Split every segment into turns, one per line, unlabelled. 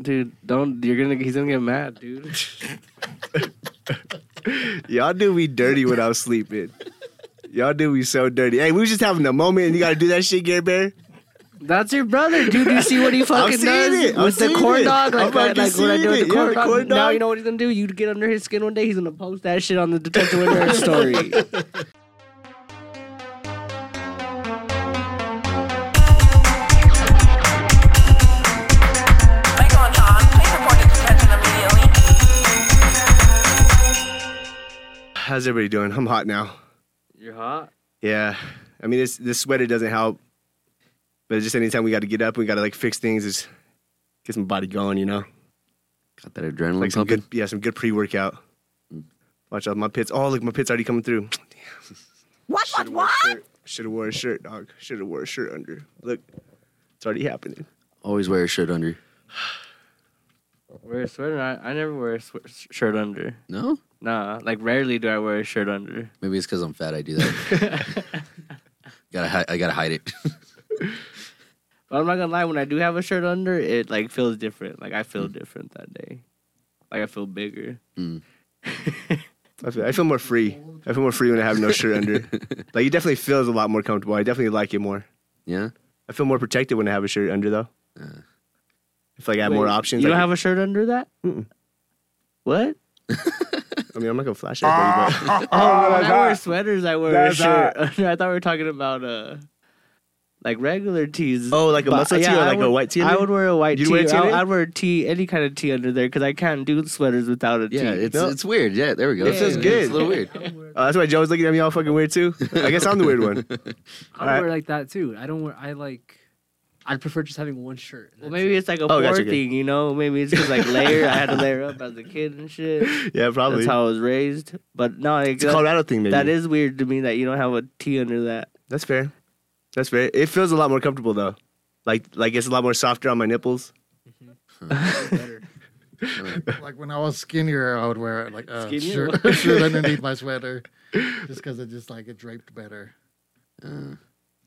dude, don't. You're gonna. He's gonna get mad, dude.
Y'all do me dirty when I'm sleeping. Y'all do me so dirty. Hey, we was just having a moment, and you gotta do that shit, Gary Bear.
That's your brother, dude. You see what he fucking
seeing
does
it. I'm
with the
seeing
corn
it.
dog,
I'm
like, that,
fucking
like what I do with
seeing
the
it.
corn,
Yeah,
dog.
corn
Now
dog.
you know what he's gonna do. You get under his skin one day. He's gonna post that shit on the Detective Winter story.
Microphone on. Please report to detention immediately.
How's everybody doing? I'm hot now.
You're hot.
Yeah, I mean this this sweater doesn't help, but it's just anytime we got to get up, we got to like fix things, is get some body going, you know.
Got that adrenaline
Like some
pumping. Mm.
good, yeah, some good pre workout. Watch out, my pits. Oh, look, my pits already coming through.
What? What? What?
Should have wore a shirt, dog. Should have wore a shirt under. Look, it's already happening.
Always wear a shirt under.
Wear a sweater. I, I never wear a swe- shirt under.
No?
Nah, like rarely do I wear a shirt under.
Maybe it's because I'm fat. I do that. gotta hi- I gotta hide it.
But I'm not gonna lie, when I do have a shirt under, it like feels different. Like I feel different that day. Like I feel bigger.
I feel, I feel more free. I feel more free when I have no shirt under. Like it definitely feels a lot more comfortable. I definitely like it more.
yeah.
I feel more protected when I have a shirt under though.
Uh.
If like I have more
Wait,
options,
You
I
don't
can-
have a shirt under that? What?
I mean, I'm not gonna flash everybody, but
Oh, When I wear sweaters, I wear a
That's
shirt under. I thought we were talking about uh, like regular tees.
oh, like a
But,
muscle tee
yeah,
or
I
like
would,
a white tee?
I would wear a white
You'd
tee.
wear a tee
I-
under?
I'd wear a tee, any kind of tee under there, because I can't do sweaters without a tee.
Yeah, it's
No.
it's weird. Yeah, there we go.
It feels
Yeah,
good.
It's a little weird.
Oh, that's why Joe was looking at me all fucking weird too. I guess I'm the weird one.
I
Alright.
wear like that too. I don't wear. I like. I prefer just having one shirt. and
Well,
that's
maybe it's like a
Oh,
poor
gotcha, good.
thing, you know? Maybe it's just like layer. I had to layer up as a kid and shit.
Yeah, probably.
That's how I was raised. But no, like,
it's a Colorado thing, maybe.
that is weird to me that you don't have a tee under that.
That's fair. That's fair. It feels a lot more comfortable though. Like like it's a lot more softer on my nipples.
better.
Like when I was skinnier, I would wear like a
Skinnier?
shirt, shirt underneath my sweater, just because it just like it draped better.
Uh,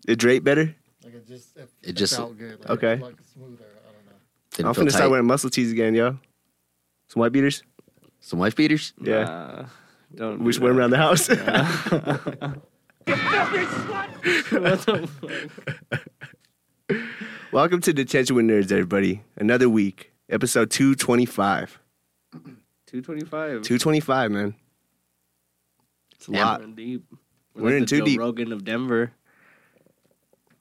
It drape better.
Like it just it,
It just-
felt good. Like,
okay.
It felt smoother. I don't know.
didn't
I'm
feel
finna
tight.
start wearing muscle tees again, yo. Some white beaters.
some wife beaters.
Yeah.
Nah, don't.
we
do
should wear them
that.
around the house.
What the fuck?
Welcome to Detention with Nerds, everybody. Another week, episode 225.
225.
225, man. It's a
Damn,
lot.
We're in deep.
We're
like
in
the
too
Joe
deep.
Rogan of Denver.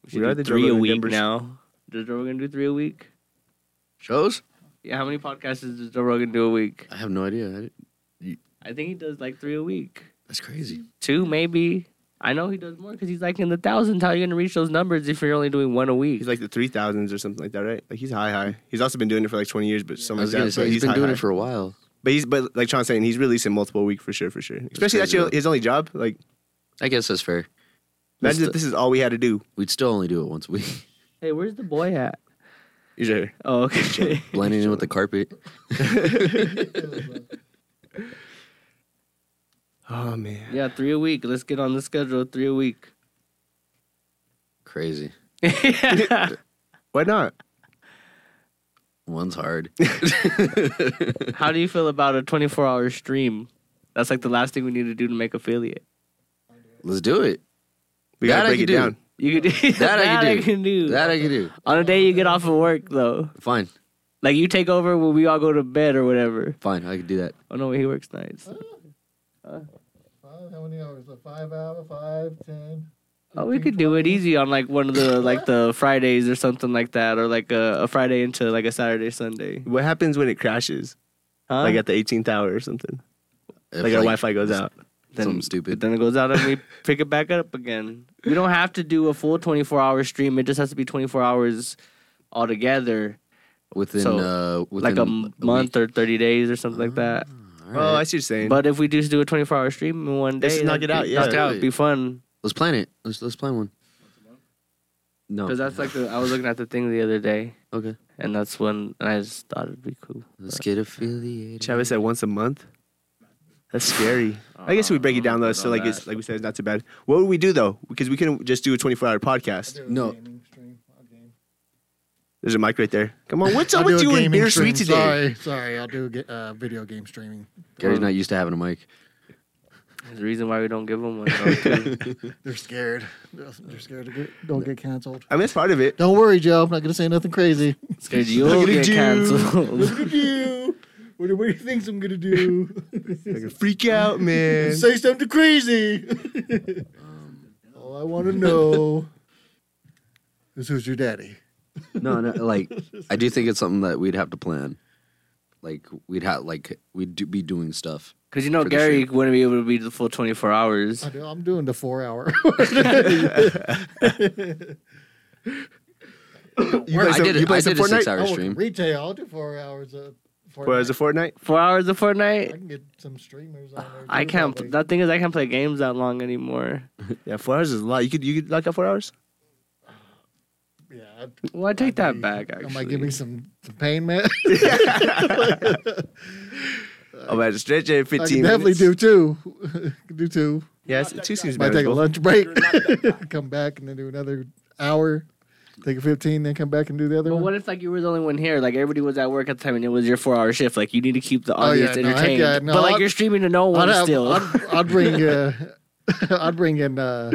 We should
We are
do
the Joe
three a
Rogan of
week
Denvers.
now. Does Joe Rogan do three a week?
Shows?
Yeah, how many podcasts does Joe Rogan do a week?
I have no idea. I didn't-
I think he does like three a week.
that's crazy.
Two, maybe. I know he does more because he's like in the thousands. How are you going to reach those numbers if you're only doing one a week?
He's like the 3000s or something like that, right? Like he's high, high. He's also been doing it for like 20 years, but
I
something
was
like
gonna
that.
say
Oh but
he's been
high,
doing
high.
it for a while.
But he's but like Sean's saying, he's releasing multiple a week for sure, for sure. Especially that's
crazy,
your,
though.
his only job. Like
I guess that's fair. That's
imagine
the-
if this is all we had to do.
We'd still only do it once a week.
hey, where's the boy at?
He's right here.
Oh, okay.
Blending in with the carpet.
Oh man.
yeah, three a week. Let's get on the schedule. Three a week.
Crazy.
yeah.
Why not?
One's hard.
How do you feel about a 24 hour stream? That's like the last thing we need to do to make affiliate.
Let's do it.
We
That
gotta
I
break
could
it
do.
down.
You could do
That I can do.
do.
That I can do.
On a day you get off of work though,
Fine.
like you take over when we all go to bed or whatever.
Fine. I can do that.
Oh no, he works nights.
Five, how many hours? A five hour, five, ten.
Oh, we could do it easy on like one of the like the Fridays or something like that, or like a, a Friday into like a Saturday Sunday.
What happens when it crashes?
Huh?
Like at the 18th hour or something.
If,
Like, our Wi-Fi goes out.
then,
something stupid.
Then it goes out and we pick it back up again. We don't have to do a full 24 hour stream. It just has to be 24 hours altogether,
within
So,
uh within Ah.
like a m- month or 30 days or something like that.
Oh, I see what you're saying.
But if we just do a 24 hour stream in one day,
Let's just knock
that'd
it out,
be-
yeah.
knock it out. It'd be fun.
let's plan it. Let's let's plan one. No.
Because that's like the, I was looking at the thing the other day,
okay.
and that's when and I just thought it'd be cool.
Let's get affiliated.
Chavez said once a month. That's scary. I guess we break it down though,
good
so
on
like
that.
it's like we said, it's not too bad. What would we do though? Because we couldn't just do a 24 hour
I
podcast.
do a
No.
Gaming stream. I game.
There's a mic right there. Come on, what's up
I'll
with you
do a
and
gaming
beer
stream.
sweet today?
Sorry, sorry. I'll do a ga- uh, video game streaming.
Gary's
um,
not used to having a mic.
There's a reason why we don't give them one. though, too.
They're scared. They're scared to get don't get canceled.
I mean, that's part of it.
Don't worry, Joe. I'm not gonna say nothing crazy.
Scared you'll
Look at
get
you.
canceled.
at you. What do, what do you think I'm gonna do?
Like, freak out, man.
say something crazy. All I want to know is who's your daddy.
No, no, like I do think it's something that we'd have to plan. Like we'd have like we'd do, be doing stuff.
Because you know
For the
Gary
shoot.
wouldn't be able to be the full 24 hours.
I do, I'm doing the four hour.
You play
I
some,
did it-
you play
I
some
did it six
Fortnite?
hours.
Oh,
I work
stream.
in Retail. I'll do four hours. Of four
Whereas a Fortnite?
Four hours of
I
Fortnite.
can get some streamers on there.
I
too,
can't.
probably.
The thing is, I can't play games that long anymore.
Yeah, four hours is a lot. You could you could lock out four hours?
Yeah, I'd-
Well, I take
I'd
that
be-
back.
I
Actually,
might give me some, some pain, man.
I'm about to Oh, stretch it
Uh, I can
15
definitely
minutes.
do two. do two.
Yes, two seems
Might take a
manageable.
lunch break, come back, and then do another hour. Take a fifteen, then come back and do the other
But
one.
what if like you were the only one here? Like everybody was at work at the time, and it was your four-hour shift. Like you need to keep the
Oh, yeah,
audience
no, heck
entertained.
yeah, no,
but like
I'd-
you're streaming to no one
I'd, have-
still.
I'd, I'd bring uh, I'd bring in uh,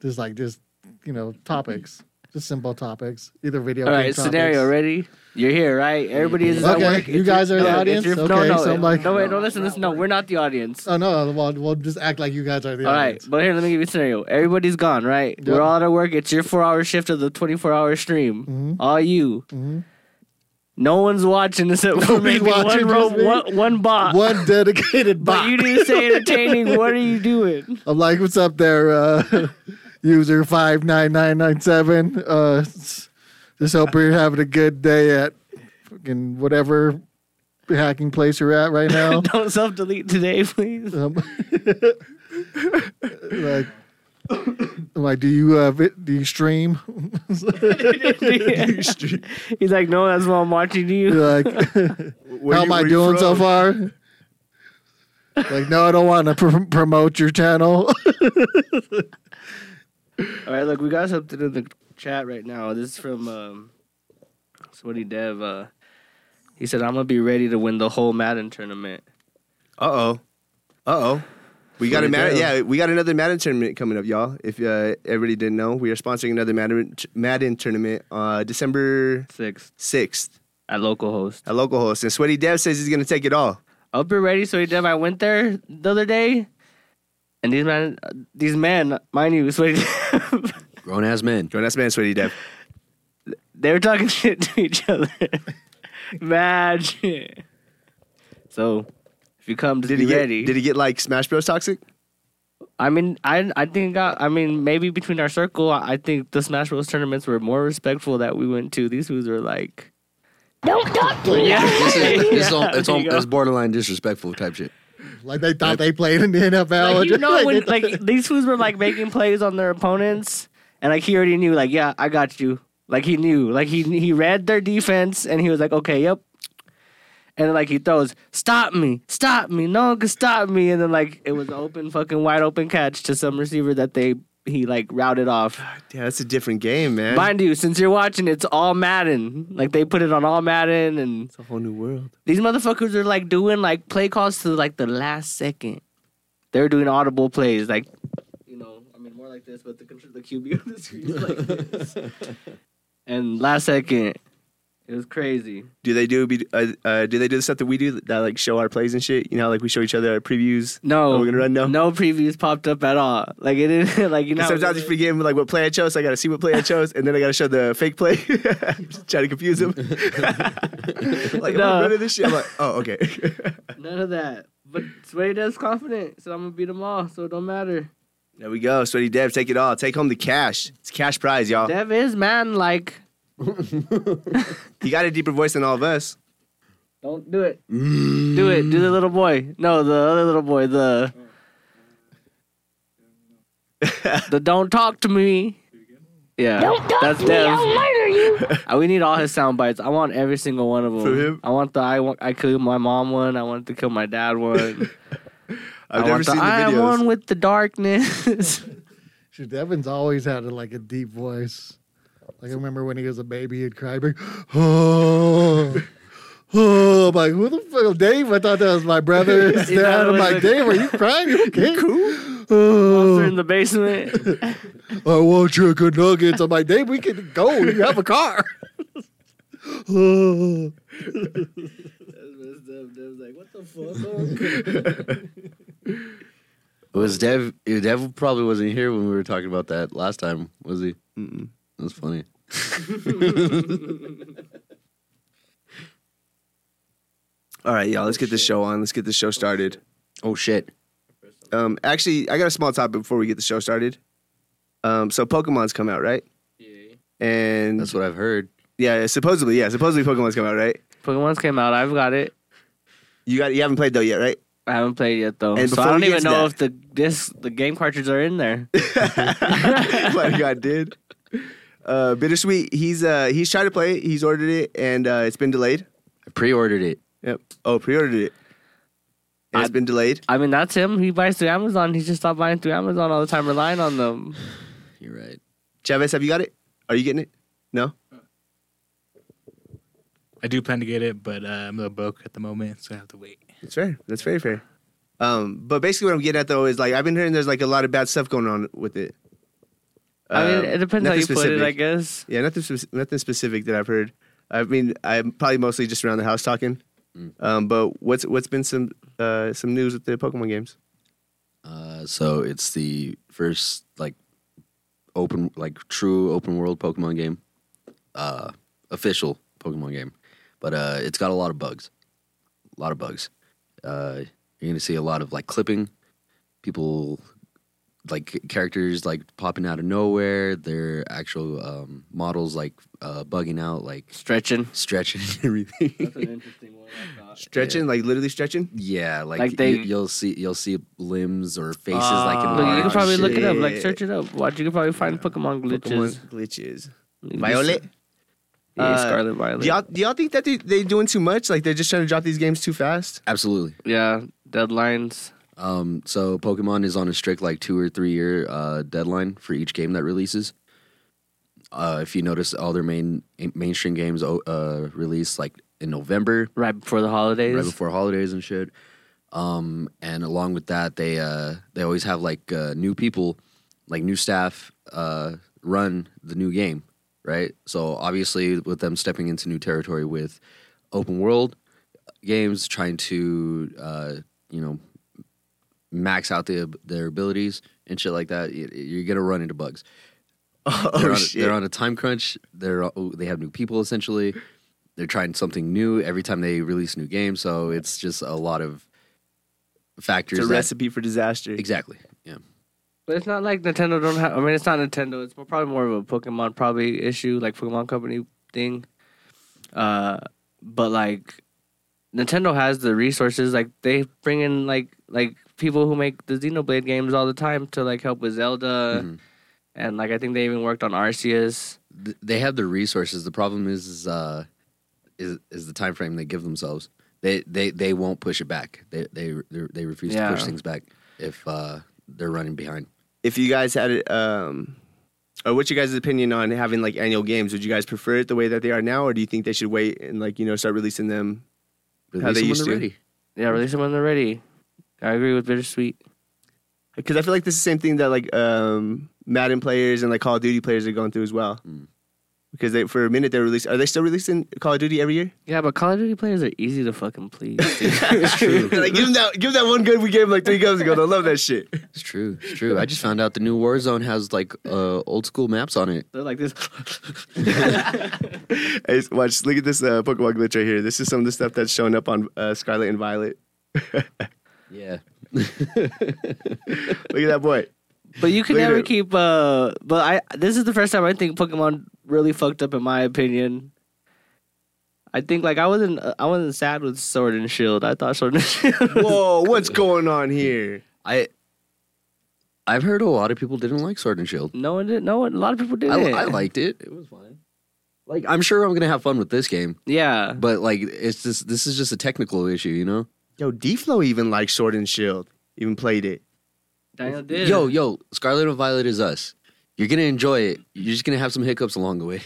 just like just you know topics, just simple topics, either video.
All
game
right, scenario
topics.
ready? You're here, right? Everybody is at
Okay,
work.
you
It's
guys are
your-
the
no, it's
audience?
your-
Okay,
no, no,
so I'm like-
no, wait, no, listen, listen, no, we're not the audience.
Oh no, well, we'll just act like you guys are the
All right,
audience.
but here, let me give you a scenario. Everybody's gone, right?
Yeah.
We're all out of work. It's your four-hour shift of the 24-hour stream.
Mhm.
All you.
Mhm.
No one's watching except for
Nobody's
maybe
watching,
one, ro-
just me.
one, one bot.
One dedicated
Uh, But
bot.
you didn't say entertaining. what are you doing?
I'm like, what's up there, uh, user five nine nine nine seven? Uh, s- just hope you're having a good day at fucking whatever hacking place you're at right now.
Don't self-delete today, please.
Um, like, I'm like, do you uh, vi- do you stream?
He's like, no, that's why I'm watching you.
like,
Where
how
you-
am I
where you
doing so
from?
far? Like, no, I don't want to pr- promote your channel.
All right, look, we got something in the chat right now. This is from um, Sweaty Dev. Uh, he said, I'm going to be ready to win the whole Madden tournament.
Uh oh. Uh oh. We got a Madden, yeah, we got another Madden tournament coming up, y'all. If uh, everybody didn't know, we are sponsoring another Madden, Madden tournament uh, December
Six
6th
at localhost.
at Local Host. And Sweaty Dev says he's going to take it all.
I hope you're ready, Sweaty Dev. I went there the other day, and these men, these men, mind you, Sweaty Dev,
Grown ass men.
Join us, man, Sweaty Dev.
they were talking shit to each other. Mad shit. So, if you come, just
Did
be
he get,
ready.
Did he get like Smash Bros. Toxic?
I mean, I I think it got. I mean, maybe between our circle, I I think the Smash Bros. tournaments were more respectful that we went to. These fools were like, don't talk to
This is, this is all, it's,
There
all,
you go.
it's borderline disrespectful type shit.
like they thought they played in the NFL.
Like, you know
Like,
when
they thought-
like these fools were like making plays on their opponents, and like he already knew. Like, yeah, I got you. Like he knew. Like he he read their defense, and he was like, okay, yep. And then, like he throws, stop me, stop me, no one can stop me. And then like it was an open, fucking wide open catch to some receiver that they he like routed off.
Yeah, that's a different game, man.
Mind you, since you're watching, it's all Madden. Like they put it on all Madden, and
It's a whole new world.
these motherfuckers are like doing like play calls to like the last second. They're doing audible plays, like you know, I mean more like this, but the control- the QB on the screen is like this. and last second, it was crazy.
Do they do be- uh, uh, do they do the stuff that we do that like show our plays and shit? You know, like we show each other our previews.
No,
Are we gonna run now?
No previews popped up at all. Like it didn't. Like you know,
And sometimes you forget like what play I chose. so I gotta see what play I chose, and then I gotta show the fake play, try to confuse them. like,
No.
I'm running this shit. I'm like, oh, okay.
none of that. But Sway does confident, so I'm gonna beat them all. So it don't matter.
there we go, sweaty Dev. Take it all. Take home the cash. It's a cash prize, y'all.
Dev is man like.
He got a deeper voice than all of us.
Don't do it.
Mm.
Do it. Do the little boy. No, the other little boy. The the don't talk to me. Yeah, that's Dev. Uh, we need all his sound bites. I want every single one of them.
For him?
I want the I want I killed my mom one. I want to kill my dad one. I
I've never
want
seen the
I am
videos.
one with the darkness.
Shoot, Devin's always had a, like a deep voice. Like I remember when he was a baby, he'd cry big, oh, oh. I'm like, who the fuck, Dave? I thought that was my brother. and
You thought it
Dad. I'm
was
like,
a-
Dave, are you crying? You okay?
They're in
Oh,
the basement.
I want chicken nuggets. I'm like, Dave, we can go. You have a car. oh.
It was Dev. eh, Dev probably wasn't here when we were talking about that last time, was he?
Mm-mm.
That's funny.
All right, y'all. Let's get
Oh,
this show on. Let's get this show started.
Oh shit!
Um, actually, I got a small topic before we get the show started. Um, so Pokemon's come out, right? Yeah. And
That's what I've heard.
yeah, supposedly, yeah, supposedly Pokemon's come out, right?
Pokemon's came out. I've got it.
You got, you haven't played though yet, right?
I haven't played yet though,
And
so
before
I
we
don't
get
even
to
know
that-
if the this the game cartridges are in there.
like I did. Uh, bittersweet. He's uh, he's tried to play it. He's ordered it, and uh, it's been delayed.
I pre-ordered it.
Yep. Oh, pre-ordered it. And it's
I-
been delayed.
I mean, that's him. He buys through Amazon. He just stopped buying through Amazon all the time, relying on them.
You're right.
Chavez, have you got it? Are you getting it? No.
I do plan to get it, but uh, I'm a little broke at the moment, so I have to wait.
That's fair. That's very fair. Um, but basically, what I'm getting at though is like I've been hearing there's like a lot of bad stuff going on with it.
I mean,
Um,
it depends how
nothing
you put it,
specific.
I guess.
Yeah, nothing spec- nothing specific that I've heard. I mean, I'm probably mostly just around the house talking.
Mm.
Um, but what's what's been some uh, some news with the Pokemon games?
Uh, so it's the first like open, like true open world Pokemon game, uh, official Pokemon game, but uh, it's got a lot of bugs, a lot of bugs. Uh, you're gonna see a lot of like clipping, people, like characters like popping out of nowhere. Their actual um, models like uh, bugging out, like
Stretching.
stretching and everything.
interesting one.
Uh,
Stretching, like literally stretching.
Yeah, like,
Like they-
you, you'll see you'll see limbs or faces like in
Ah.
Look, you
large
can probably look it up, like
shit.
search it up. Watch, you can probably find Pokemon glitches.
Pokemon glitches.
You can
Violet?
just- Yeah,
Uh,
Scarlet
Do
Violet.
y'all, do y'all think that they, they doing too much? Like they're just trying to drop these games too fast?
Absolutely.
Yeah, deadlines.
Um, so Pokemon is on a strict like two or three year uh, deadline for each game that releases. Uh, if you notice, all their main mainstream games uh, release like in November,
Right before the holidays.
right before holidays and shit. Um, and along with that, they uh, they always have like uh, new people, like new staff, uh, run the new game, right? So obviously, with them stepping into new territory with open world games, trying to uh, you know max out the, their abilities and shit like that, y- you're gonna run into bugs
Oh,
they're, on,
shit.
they're on a time crunch. They're oh, they have new people essentially. They're trying something new every time they release a new game, so it's just a lot of factors.
it's a
that-
recipe for disaster.
Exactly. Yeah.
But it's not like Nintendo don't have. I mean, it's not Nintendo. It's more, probably more of a Pokemon probably issue, like Pokemon Company thing. Uh, but like, Nintendo has the resources. Like they bring in like like people who make the Xenoblade games all the time to like help with Zelda,
Mhm.
and like I think they even worked on Arceus.
Th- They have the resources. The problem is, is uh, is is the time frame they give themselves. They they they won't push it back. They they they they refuse
Yeah.
to push things back if uh, they're running behind.
If you guys had it, um, or what's your guys' opinion on having like annual games? Would you guys prefer it the way that they are now, or do you think they should wait and like you know start releasing them? How they
Release them when
used
they're
to.
ready.
Yeah, release them when they're ready. I agree with Bittersweet.
Because I feel like this is the same thing that like um, Madden players and like Call of Duty players are going through as well.
Mm.
Because they for a minute they're releasing. Are they still releasing Call of Duty every year?
Yeah, but Call of Duty players are easy to fucking please. dude.
like give them that, give 'em that one good we gave 'em, like three games ago. They love that shit.
It's true. It's true. I just found out the new Warzone has like uh, old school maps on it.
they're like this.
Hey, s- watch, look at this uh, Pokemon glitch right here. This is some of the stuff that's showing up on uh, Scarlet and Violet.
Yeah.
Look at that boy.
But you can
Look at
never
it.
keep. Uh, but I. This is the first time I think Pokemon really fucked up, in my opinion. I think like I wasn't. uh, I wasn't sad with Sword and Shield. I thought Sword and Shield.
Whoa, what's going on here?
I I've heard a lot of people didn't like Sword and Shield.
no one did. No one. A lot of people did.
I, I liked it. It was fine. Like I'm sure I'm gonna have fun with this game,
Yeah.
but like it's just this is just a technical issue, you know.
Yo, Deflo even liked Sword and Shield. Even played it.
Daniel did.
Yo, yo, Scarlet and Violet is us. You're gonna enjoy it. You're just gonna have some hiccups along the way.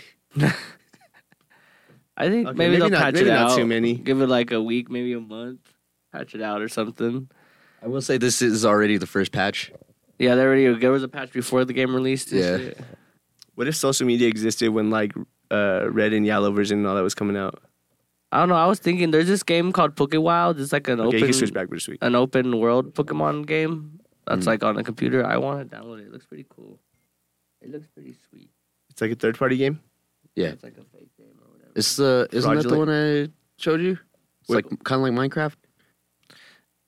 I think maybe,
Okay, maybe
they'll
not-
patch
maybe
it
not
out.
too many.
Give it like a week, maybe a month. Patch it out or something.
I will say this is already the first patch.
Yeah, there already there was a patch before the game released. and
Yeah.
shit.
What if social media existed when like uh, red and yellow version and all that was coming out?
I don't know. I was thinking there's this game called Pocket Wild. It's like an
Okay, he switched
open
back for this week.
an open world Pokemon game.
Mm.
That's like on a computer. I want to download it. It looks pretty cool. It looks pretty sweet.
It's like a third party game.
Yeah.
It's like a fake game or whatever.
It's the isn't that the
Fraudulent?
one I showed you? It's
Wait.
like kind of like Minecraft.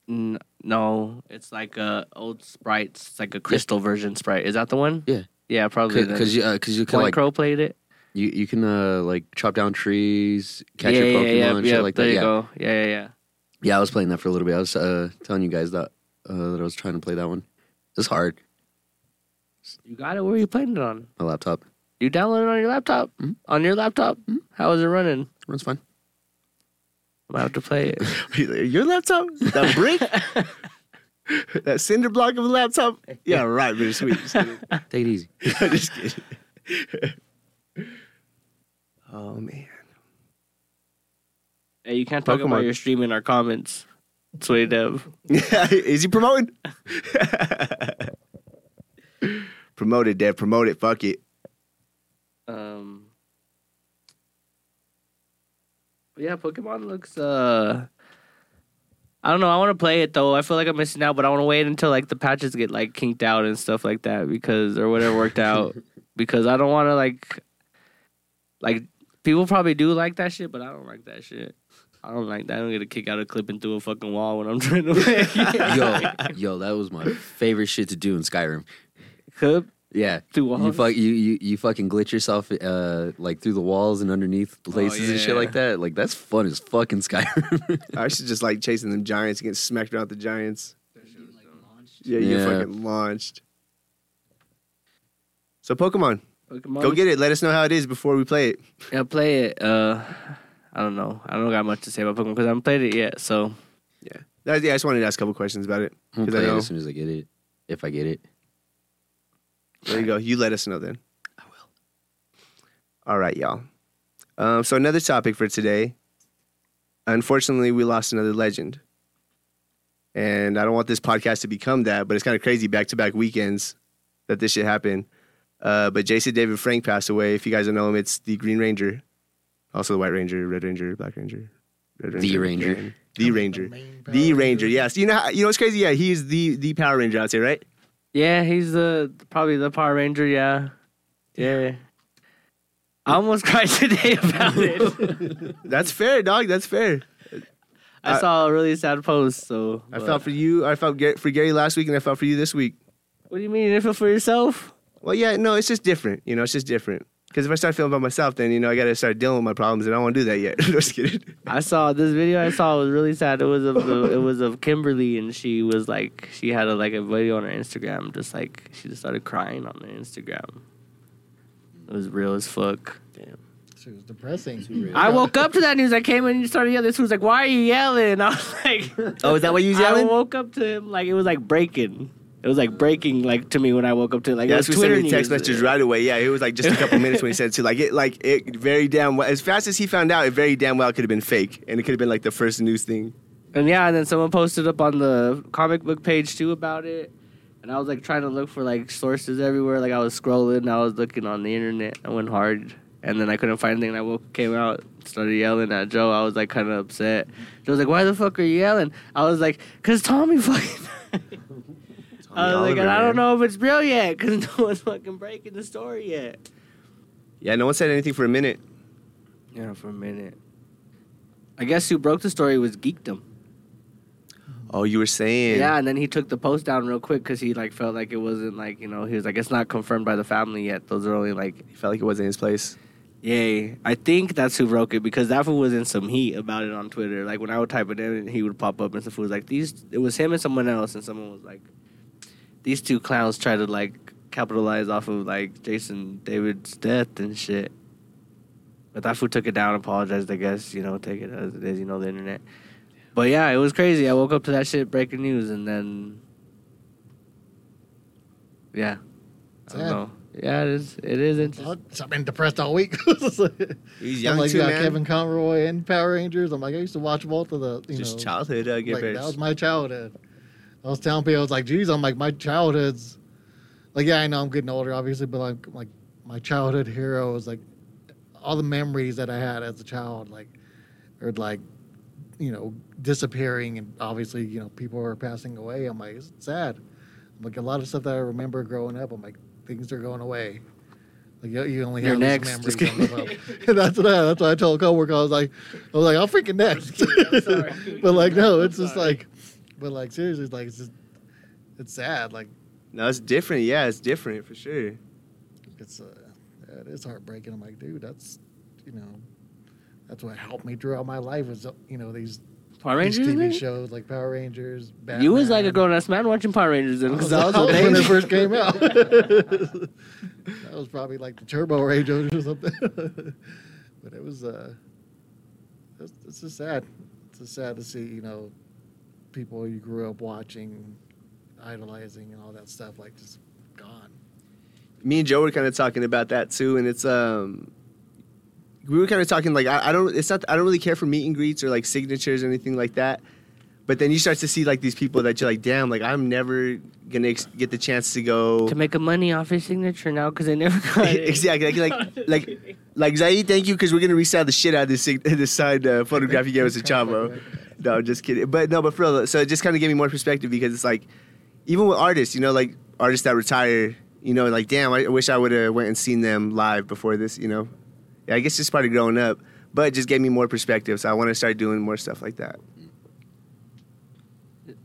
N- no, it's like a old sprite. It's like a crystal version sprite. Is that the one?
Yeah.
Yeah, probably.
Because you because you can
Point
like
Crow played it.
you, you can uh, like chop down trees, catch
yeah,
your Pokemon,
yeah, yeah,
and
yeah,
shit like
there
that.
you
Yeah,
go. Yeah, yeah, yeah.
yeah. I was playing that for a little bit. I was uh, telling you guys that uh, that I was trying to play that one. It's hard.
You got it. Where you playing it on?
My laptop
You downloaded it on your laptop?
Mhm.
On your laptop? How is it running?
runs fine.
I'm gonna have to play it.
Your laptop, that brick, that cinder block of a laptop. Yeah, right. Bittersweet. Just kidding.
Take it easy.
Just kidding. oh man.
hey, you can't talk about
Pokemon.
your stream in our comments. Sway Dev.
Is he promoting? promote it, Dad. Promote it. Fuck it.
Um, but yeah, Pokemon looks. uh I don't know. I want to play it though. I feel like I'm missing out, but I want to wait until like the patches get like kinked out and stuff like that because or whatever worked out because I don't want to like like people probably do like that shit, but I don't like that shit. I don't like that. I don't get a kick out of clipping through a fucking wall when I'm trying to play.
yo, yo, that was my favorite shit to do in Skyrim.
Clip
Yeah.
through
You
walls.
fuck you, you you fucking glitch yourself uh like through the walls and underneath
Oh,
places and shit
yeah.
like that. Like that's fun as fucking Skyrim.
I should just like chasing them giants and getting smacked around the giants. Yeah, you
Yeah.
get fucking launched. So Pokemon,
Pokemon.
go get it. Let us know how it is before we play it.
Yeah, play it. Uh, I don't know. I don't got much to say about Pokemon because I haven't played it yet. So
That- yeah, I just wanted to ask a couple questions about it.
I'm gonna
'Cause I
play it
know-
as soon as I get it. If I get it.
There you go. You let us know then. I will. All right, y'all. Um, so another topic for today. Unfortunately, we lost another legend, and I don't want this podcast to become that. But it's kind of crazy back to back weekends that this shit happened. Uh, but Jason David Frank passed away. If you guys don't know him, it's the Green Ranger, also the White Ranger, Red Ranger, Black Ranger, Red
The Ranger.
and the Ranger, the Ranger. Yes, you know, how- you know what's crazy? Yeah, he's the the Power Ranger out there, right?
yeah, he's the probably the Power Ranger. Yeah, yeah. I almost cried today about it.
That's fair, dog. That's fair.
I
I-
saw a really sad post. So
I
but-
felt for you. I felt Gar- for Gary last week, and I felt for you this week.
What do you mean? You didn't feel for yourself?
Well, yeah, no, it's just different. You know, it's just different. Because if I start feeling by myself, then you know I got to start dealing with my problems, and I don't want to do that yet. just kidding.
I saw this video. I saw was really sad. It was of the, it was of Kimberly, and she was like she had a, like a video on her Instagram, just like she just started crying on her Instagram. It was real as fuck.
It was depressing.
I woke up to that news. I came in and you started yelling. This was like, "Why are you yelling?" I was like,
Oh, is that what you
I woke up to him like it was like breaking. It was like breaking like to me when I woke up to it. like
Yeah,
it
that's
was
we sent
Twitter
me a text
news.
message right away. Yeah, it was like just a couple minutes when he said to like it, like it very damn well. As fast as he found out, it very damn well could have been fake, and it could have been like the first news thing.
And yeah, and then someone posted up on the comic book page too about it. And I was like trying to look for like sources everywhere. Like I was scrolling, I was looking on the internet. I went hard, and then I couldn't find anything. And I woke, came out, started yelling at Joe. I was like kind of upset. Joe was like, "Why the fuck are you yelling?" I was like, "Cause Tommy fucking." I was like,
Oliver,
and I don't
man."
know if it's real yet, cause no one's fucking breaking the story yet.
Yeah, no one said anything for a minute.
Yeah, for a minute. I guess who broke the story was Geekdom.
Oh, you were saying?
Yeah, and then he took the post down real quick because he like felt like it wasn't like you know he was like it's not confirmed by the family yet. Those are only like
He felt like it wasn't his place.
yay. I think that's who broke it because that fool was in some heat about it on Twitter. Like when I would type it in, he would pop up and some fool was like these. It was him and someone else, and someone was like, these two clowns try to like capitalize off of like Jason David's death and shit. But that fool took it down, apologized. I guess you know take it as it is. You know the internet. But yeah, it was crazy. I woke up to that shit breaking news, and then yeah, I
Sad.
don't know. Yeah, it is. It is interesting.
I've been depressed all week.
He's
I'm
young
like,
too,
yeah,
man.
Kevin Conroy and Power Rangers. I'm like, I used to watch both of the, you
Just
know,
childhood. Uh, get
like,
better.
that was my childhood. I was telling people, I was like, geez, I'm like, my childhood's, like, yeah, I know I'm getting older, obviously, but like, like my childhood heroes, like, all the memories that I had as a child, like, are like, you know, disappearing, and obviously, you know, people are passing away. I'm like, it's sad. I'm like, a lot of stuff that I remember growing up, I'm like, things are going away. Like, you, you only
You're
have
next.
these memories. on the phone. that's what I, that's what I told a coworker. I was like, I was like, I'm freaking next. but like, no, it's just like, but like, seriously, like, it's just, it's sad. Like,
no, it's different. Yeah, it's different for sure.
it's, uh, it is heartbreaking. I'm like, dude, that's, you know, that's what helped me throughout my life was, uh, you know, these,
Power
these
Rangers.
TV
man?
shows like Power Rangers. Batman.
You was like a grown ass man watching Power Rangers
I
because
was
I was
out
old
when it
age.
first came out. that was probably like the Turbo Rangers or something. but it was uh, it's, it's just sad. It's just sad to see you know people you grew up watching, idolizing, and all that stuff like just gone.
me and Joe were kind of talking about that too, and it's um, we were kind of talking like I, I don't, it's not, I don't really care for meet and greets or like signatures or anything like that. But then you start to see like these people that you're like, damn, like I'm never gonna ex- get the chance to go.
to make a money off his signature now because they never got it.
exactly, like like like, like Zaid, thank you because we're gonna resell the shit out of this sig- this signed uh, photograph you gave us at Chavo. No, I'm just kidding. But no, but for real, so it just kind of gave me more perspective because it's like, even with artists, you know, like artists that retire, you know, like damn, I wish I would have went and seen them live before this, you know. Yeah, I guess it's part of growing up, but it just gave me more perspective. So I want to start doing more stuff like that.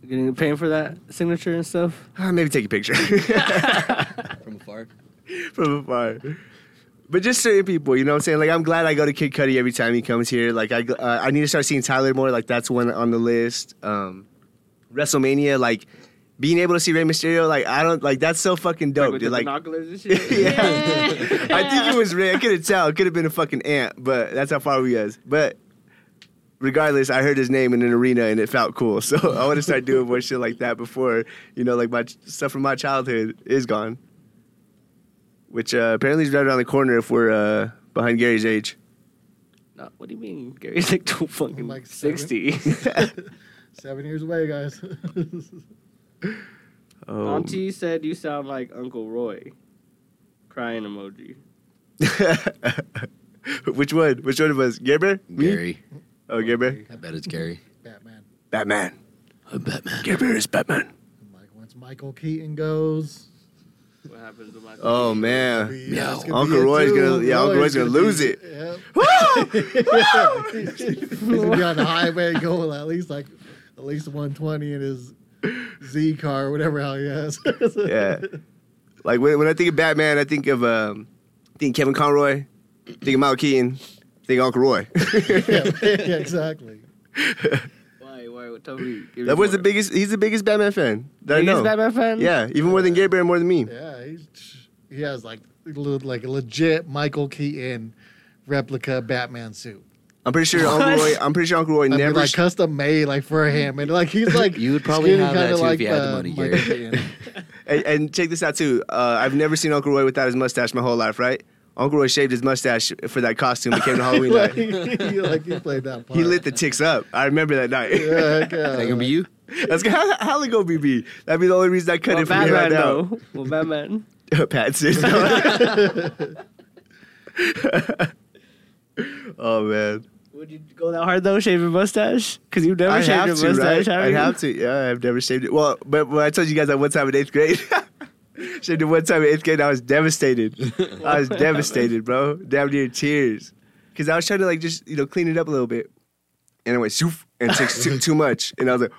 Getting paying for that signature and stuff.
Ah, maybe take a picture
From afar.
from afar. But just certain people, you know what I'm saying? Like, I'm glad I go to Kid Cudi every time he comes here. Like, I, uh, I need to start seeing Tyler more. Like, that's one on the list. Um, WrestleMania, like, being able to see Rey Mysterio, like, I don't, like, that's so fucking dope, dude. Oh, Like,
binoculars and
yeah. I think it was Ray. I couldn't tell. It could have been a fucking ant, but that's how far we was. But regardless, I heard his name in an arena and it felt cool. So I want to start doing more shit like that before, you know, like my ch- stuff from my childhood is gone. Which uh, apparently is right around the corner if we're uh, behind Gary's age.
No, what do you mean? Gary's like too fucking
like seven.
sixty.
Seven years away, guys.
Oh.
Auntie said you sound like Uncle Roy. Crying emoji.
Um, Which one? Which one of us? Gerber? Me?
Gary.
Oh, Gerber.
I bet it's Gary.
Batman.
Batman.
I'm Batman.
Gerber is Batman.
I'm like once Michael Keaton goes,
What happens to my?
Oh, man.
we- yeah, it's
No.
gonna be
Uncle
it
Roy's
too.
gonna- yeah, Uncle Roy's gonna lose
be-
it.
Yep.
Woo!
He's gonna be on the highway going at least like at least 120 in his Z car, or whatever hell he has.
yeah. Like when, when I think of Batman, I think of um, I think Kevin Conroy, I think of Michael Keaton, I think Uncle Roy.
yeah, yeah, exactly.
Why? Why? What? Tell me. give me
that was the
more.
biggest. He's the biggest Batman fan that
Biggest
I know.
Batman fan.
Yeah, even more than Gabriel, more than me.
Yeah, he's, he has like le- like a legit Michael Keaton replica Batman suit.
I'm pretty sure
What?
Uncle Roy. I'm pretty sure Uncle Roy
I mean,
never.
like
sh-
custom made, like for him, and like he's like
You would probably
skinny,
have that
kinda
too if you had the
uh,
money,
Michael
Gary.
Keaton.
and, and check this out too. Uh, I've never seen Uncle Roy without his mustache my whole life. Right? Uncle Roy shaved his mustache for that costume that came to Halloween
like,
night.
he, like he played that part.
He lit the ticks up. I remember that night.
Yeah, like, uh,
That gonna be you?
That's how, how it gonna be me. That'd be the only reason I cut
Well,
it from here
Batman
on out.
though. Well, Batman.
Pat Sims. oh man,
Would you go that hard though? Shave your mustache? Cause you've never
I
shaved
have
your
to,
mustache.
right?
have
I
you?
have to. Yeah, I've never shaved it. Well, but when I told you guys that one time in eighth grade, shaved it one time in eighth grade. I was devastated. I was devastated, bro. Damn near tears, because I was trying to like just you know clean it up a little bit, and I went zoof and it took too, too much, and I was like.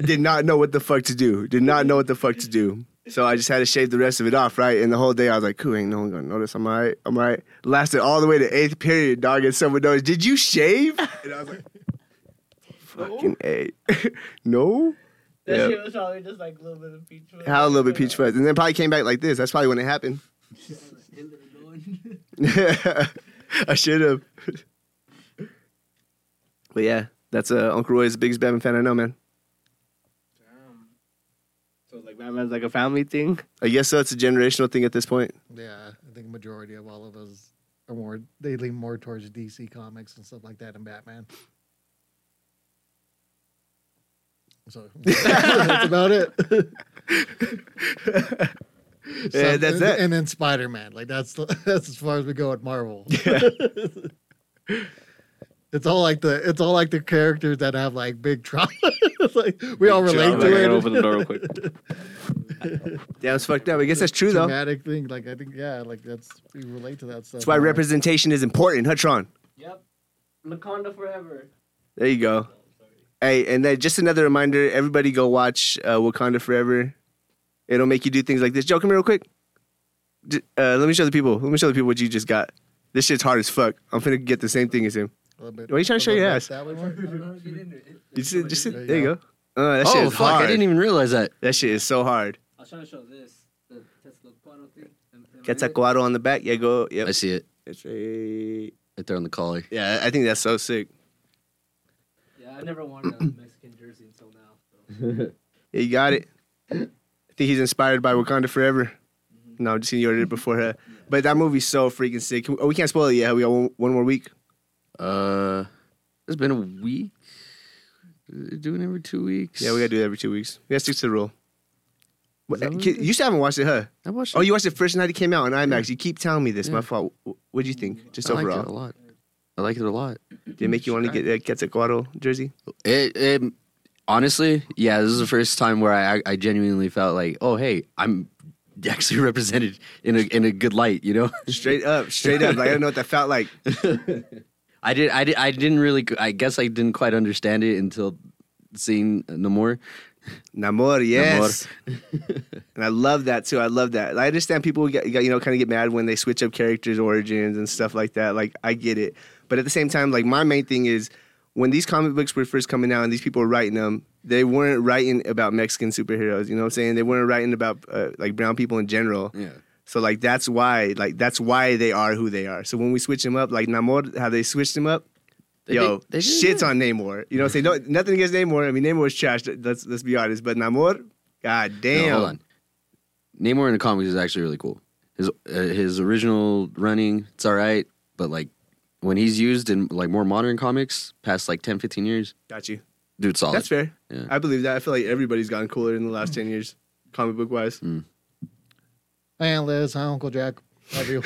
did not know what the fuck to do. Did not know what the fuck to do. So I just had to shave the rest of it off, right? And the whole day I was like, cool, ain't no one gonna notice. I'm all right. I'm all right. Lasted all the way to eighth period, dog. And someone noticed, did you shave? And I was like, fucking A. no?
That
Yeah.
shit was probably just like a little bit of peach.
Had a little bit peach fuzz. And then probably came back like this. That's probably when it happened. I should have. But yeah, that's uh, Uncle Roy's biggest Batman fan I know, man.
So like Batman's like a family thing.
I guess that's a generational thing at this point.
Yeah, I think majority of all of us are more. They lean more towards DC comics and stuff like that, and Batman. So that's about it.
Yeah,
So-
that's
and,
it.
And then Spider Man, like that's the, that's as far as we go at Marvel. it's all like the it's all like the characters that have like big trauma. it's like we all relate
Like, I gotta
to it.
open the door real quick.
Damn, it's fucked up. I guess that's true though.
Traumatic thing, like I think, yeah, like that's we relate to that stuff.
That's why
more.
representation is important, huh, Tron?
Yep. Laconda forever.
There you go. Hey, and then just another reminder: everybody go watch uh, Wakanda Forever. It'll make you do things like this. Joe, come here real quick. J- uh, let me show the people. Let me show the people what you just got. This shit's hard as fuck. I'm finna get the same thing as him.
A little bit-
Why you trying to
a
show your
little bit
ass?
That way more?
You just, just
There you
there, you go. Uh, that shit
oh
is
fuck!
hard.
I didn't even realize that.
That shit is so hard.
I was trying to show this. The Tezcatlipoca thing. Am- am I right?
Quetzalcoatl on the back. Yeah, go. Yep.
I see it
That's right.
right there on the collie.
Yeah, I think that's so sick.
Yeah, I never worn a Mexican jersey until now. So.
Yeah, you got it. I think he's inspired by Wakanda Forever. No, I'm just kidding. You ordered it before her. But that movie's so freaking sick. Can we, oh, we can't spoil it yet. We got one, one more week.
Uh, it's been a week. Uh, Doing every two weeks.
Yeah, we gotta do it every two weeks. We gotta stick to the rule. What,
that what
kid-
it is?
you still haven't watched it, huh?
I watched.
Oh,
it.
you watched it first night it came out on IMAX. You keep telling me this. My
Yeah.
fault. W- What'd you think? Just
I liked it a
overall,
lot. I liked it a lot.
did it make you want to get a Quetzalcoatl jersey?
It, it honestly, yeah, this is the first time where I, I genuinely felt like, oh hey, I'm actually represented in a in a good light, you know.
Straight up, straight up. Like I don't know what that felt like.
I did I did I didn't really I guess I didn't quite understand it until seeing Namor.
Namor, yes. and I love that too. I love that. I understand people get, you know kind of get mad when they switch up characters' origins and stuff like that. Like I get it, but at the same time, like my main thing is when these comic books were first coming out and these people were writing them, they weren't writing about Mexican superheroes. You know what I'm saying? They weren't writing about uh, like brown people in general.
Yeah.
So like that's why like that's why they are who they are. So when we switch them up, like Namor, how they switched him up,
They
yo,
did- they did
shit's
good.
on Namor. You know, what I'm saying no, nothing against Namor. I mean, Namor is trash. Let's let's be honest. But Namor, god
No,
damn.
hold on. Namor in the comics is actually really cool. His uh, his original running, it's all right, but like when he's used in like more modern comics, past like 10, 15 years,
Got you.
dude, solid.
That's fair.
Yeah. Mm.
I believe that. I feel like everybody's gotten cooler in the last ten years, comic book wise.
Hi, Aunt Liz. Hi, Uncle Jack. Love you.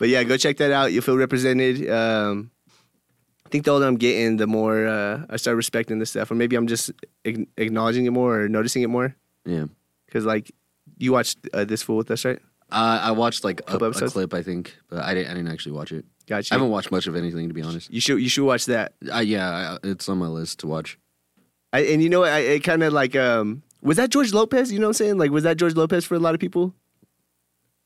But yeah, go check that out. You'll feel represented. Um, I think the older I'm getting, the more uh, I start respecting this stuff, or maybe I'm just ag- acknowledging it more or noticing it more.
Yeah.
Because like, you watched uh, this fool with us, right?
Uh, I watched like a,
Couple
a
episodes?
clip, I think, but I didn't. I didn't actually watch it.
Got
I
you.
haven't watched much of anything to be honest.
you should you should watch that.
Uh, yeah, I, it's on my list to watch.
I, and you know what? I, it kind of like um, was that George Lopez? You know what I'm saying? Like, was that George Lopez for a lot of people?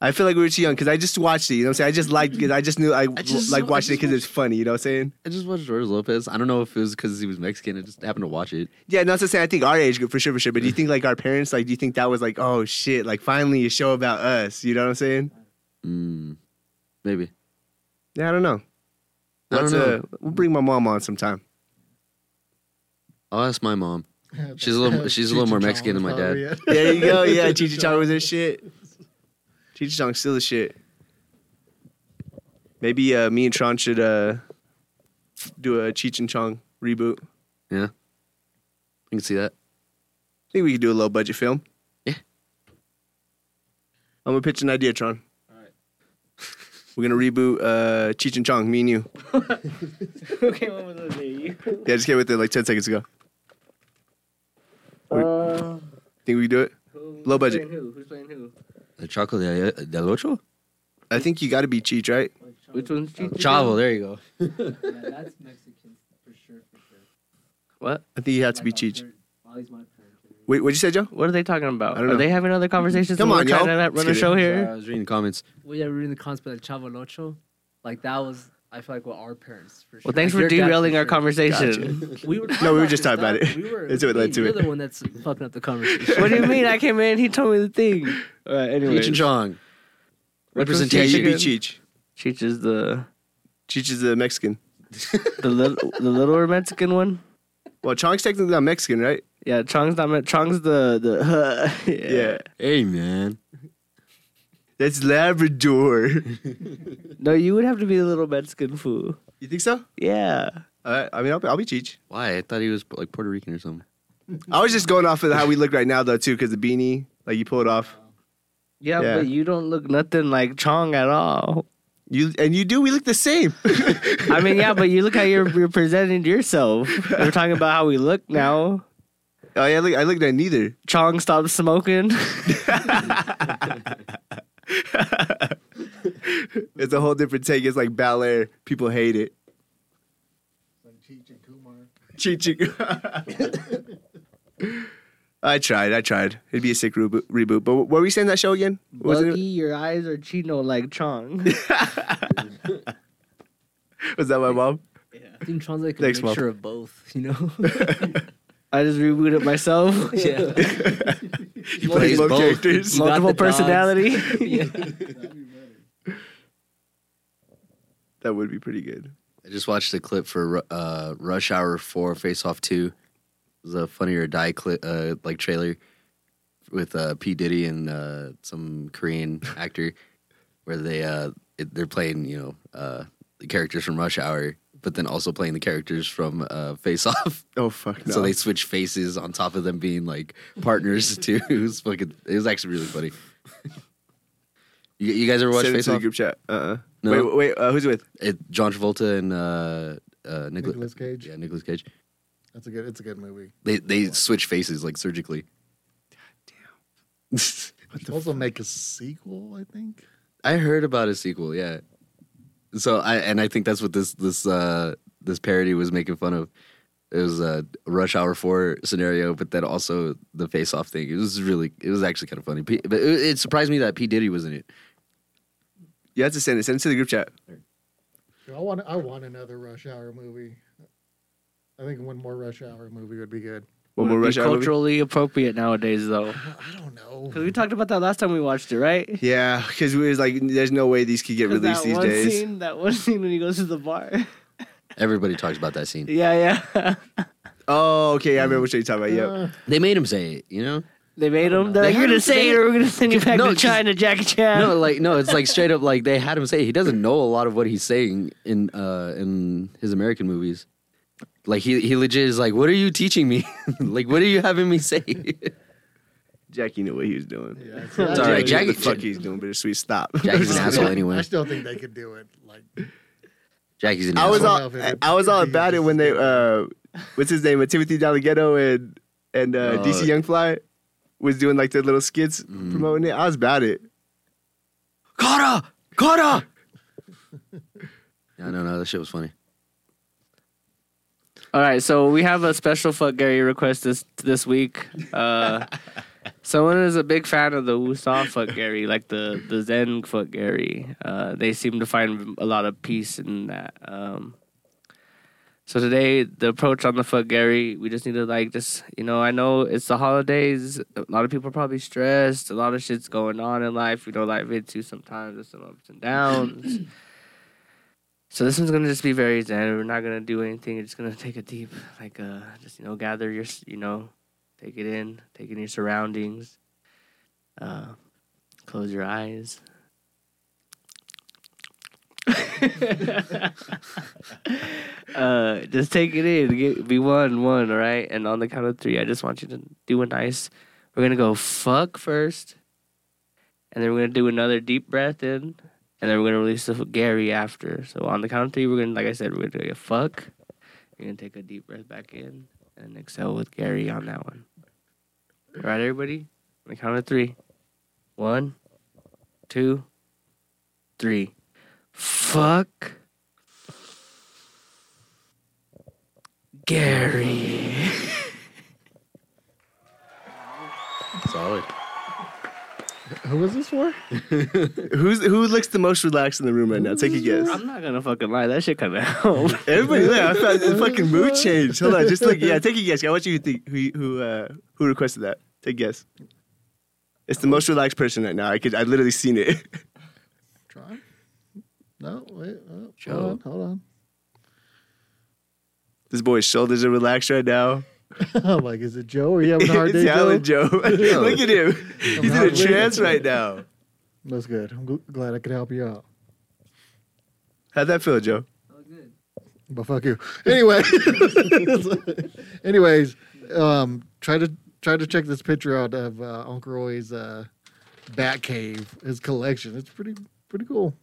I feel like we were too young because I just watched it. You know what I'm saying? I just liked because I just knew I,
just-
like
I
watching it
just
because it's funny. You know what I'm saying?
I just watched George Lopez. I don't know if it was because he was Mexican. I just happened to watch it.
Yeah, no, that's what I'm saying. I think our age group for sure, for sure. But do you think like our parents? Like, do you think that was like, oh shit, like finally a show about us? You know what I'm saying?
Mm, maybe.
Yeah, I don't know.
I don't know.
Uh, we'll bring my mom on sometime.
I'll ask my mom. She's a little- she's a little more Mexican than my dad.
There you go. Yeah, Chicha Chong was this shit. Chicha Chong's still the shit. Maybe uh, me and Tron should uh, do a Cheech and Chong reboot. I
Yeah, I can see that.
think we could do a low budget film.
Yeah.
I'm gonna pitch an idea, Tron. We're gonna reboot uh, Cheech and Chong, me and you.
Who came up with those? You.
Yeah, I just came with it like 10 seconds ago.
Uh,
Think we can do it?
who- who's
Low budget.
playing Who? Who's playing who?
The Choco del, del Ocho?
I think you gotta be Cheech, right?
Which one's Cheech? again?
Chavo, there you go.
Yeah, that's Mexican for sure, for sure.
What?
I think you have to be
Like, I'll
Cheech.
turn- Ollie's my parent.
Wait, what'd you say, Joe?
What are they talking about?
I don't
Are
know.
they having other conversations?
Come
and we're
on,
trying
yo.
to not
Just
run a
kidding.
show
Sorry, I
here.
was reading the comments.
Well, yeah, we were in the concept like Chavo Locho. Like, that was, I feel like, what our parents for sure.
Well, thanks
like,
for
your dad
derailing our
sure.
conversation.
We were
No, we were just
this
talking about
stuff.
it.
We were,
That's what led to
you're
it.
the one that's fucking up the conversation.
what do you mean? I came in. He told me the thing. All right. Anyway,
Cheech and Chong.
Yeah, you
Representation.
should be
Mexican.
Cheech.
Cheech is the
Cheech is a Mexican.
the little the littler Mexican one.
Well, Chong's technically not Mexican, right?
Yeah, Chong's not. Chong's the the. yeah.
Hey, man.
That's Labrador.
No, you would have to be a little Mexican fool.
you think so?
Yeah.
Uh, I mean, I'll, be- I'll be Cheech.
Why? I thought he was like Puerto Rican or something.
I was just going off of how we look right now, though, too, because the beanie, like you pull it off.
yeah.
Yeah.
but you don't look nothing like Chong at all.
You and you do. We look the same.
I mean, yeah, but you look how you're, you're presenting yourself. We're talking about how we look now.
oh yeah, I look, I looked at neither.
Chong stopped smoking.
It's a whole different take. It's like Bel Air. People hate it. Cheech and- I tried. I tried. It'd be a sick rebo- reboot. But what were we saying that show again? What
Buggy,
was, it,
your eyes are chino like Chong.
was that my mom?
I think Chong's like a
Thanks, Mom.
mixture of both, you know?
I just rebooted myself.
yeah.
You play
plays
both
both.
characters.
Mo-
Multiple
the dogs.
personality.
That would be pretty good.
I just watched a clip for Ru- uh, Rush Hour Four Face Off Two. It was a Funny or Die clip, uh, like trailer with uh, P Diddy and uh, some Korean actor, where they uh, it, they're playing you know uh, the characters from Rush Hour, but then also playing the characters from uh, Face Off.
Oh fuck! No.
So they switch faces on top of them being like partners too. It was fucking. It was actually really funny. You, you guys ever watch
Send it
Face
to the
Off?
group chat. Uh. uh
No.
Wait, wait. Uh, who's it with?
It- John Travolta and uh, uh, Nicola-
Nicolas Cage.
Yeah, Nicolas Cage.
That's a good. It's a good movie.
They they switch faces like surgically. damn.
also make a sequel, I think.
I heard about a sequel, yeah. So I and I think that's what this this uh this parody was making fun of. It was a rush hour four scenario, but then also the face off thing. It was really, it was actually kind of funny. P, but it, it surprised me that P Diddy was in it.
You have to send it. Send it to the group chat.
I want. I want another Rush Hour movie. I think one more Rush Hour movie would be good.
One more
Would it be
rush hour. movie?
culturally appropriate nowadays, though.
I don't know.
Because we talked about that last time we watched it, right?
Yeah, because we was like, there's no way these could get
'Cause
released
that
these
one
days.
Scene, that one scene when he goes to the bar.
Everybody talks about that scene.
yeah, yeah.
Oh, okay. I remember what you're talking about. Yep.
Uh,
They made him say it, you know.
They made him. They're
They
like,
had
you're gonna
him
say
say
it, or we're gonna send you back
No,
to
'cause-
China, Jackie Chan.
No, like no, it's like straight up like they had him say it. he doesn't know a lot of what he's saying in uh in his American movies. Like he he legit is like, what are you teaching me? like what are you having me say?
Jackie knew what he was doing.
yeah, it's
It's
I
all
don't
right,
know
Jackie-
What the fuck he's doing, but sweet stop.
Jackie's an asshole
I
anyway.
still think they could do it. Like
Jackie's an
I was
asshole.
all I was all about it when they uh, what's his name, Timothy Dalaghetto and and uh,
Oh.
DC Young Fly was doing like their little skits
Mm.
promoting it. I was about it.
Kara! Kara! yeah, no, no, that shit was funny.
All right, so we have a special fuck Gary request this this week. Uh, someone is a big fan of the Wusaw fuck Gary, like the the Zen fuck Gary. Uh, they seem to find a lot of peace in that. Um, so today, the approach on the fuck Gary, we just need to like just you know, I know it's the holidays. A lot of people are probably stressed. A lot of shit's going on in life. You know, life hits you sometimes. There's some ups and downs. So this one's gonna just be very zen. We're not gonna do anything. We're just gonna take a deep, like, uh, just you know, gather your, s- you know, take it in, take in your surroundings. Uh, close your eyes. uh, just take it in. Get, be one, one, all right. And on the count of three, I just want you to do a nice. We're gonna go fuck first, and then we're gonna do another deep breath in and then we're gonna release the f- Gary after. So on the count of three, we're gonna, like I said, we're gonna do a fuck. We're gonna take a deep breath back in and exhale with Gary on that one. All right, everybody. On the count of three. One, two, three. Fuck. Gary.
Solid.
who was this for?
Who's who looks the most relaxed in the room right now? Take a guess.
I'm not gonna fucking lie. That shit kind of helped.
Everybody, look, I felt the fucking mood change. Hold on, just look. Yeah, take a guess. I want you to think who who uh, who requested that. Take a guess. It's the most relaxed person right now. I could I literally seen it.
Tron? No, wait. Oh,
Joe.
Hold on. Hold on.
This boy's shoulders are relaxed right now.
I'm like, is it Joe? Are you having a hard
it's
day, Joe?
Alan Joe. Look at him. He's in a
hard day.
trance right now.
That's good. I'm gl- glad I could help you out.
How'd that feel, Joe?
Oh, good.
But fuck you. Anyway, anyways, um, try to try to check this picture out of uh, Uncle Roy's uh, bat cave, his collection. It's pretty pretty cool.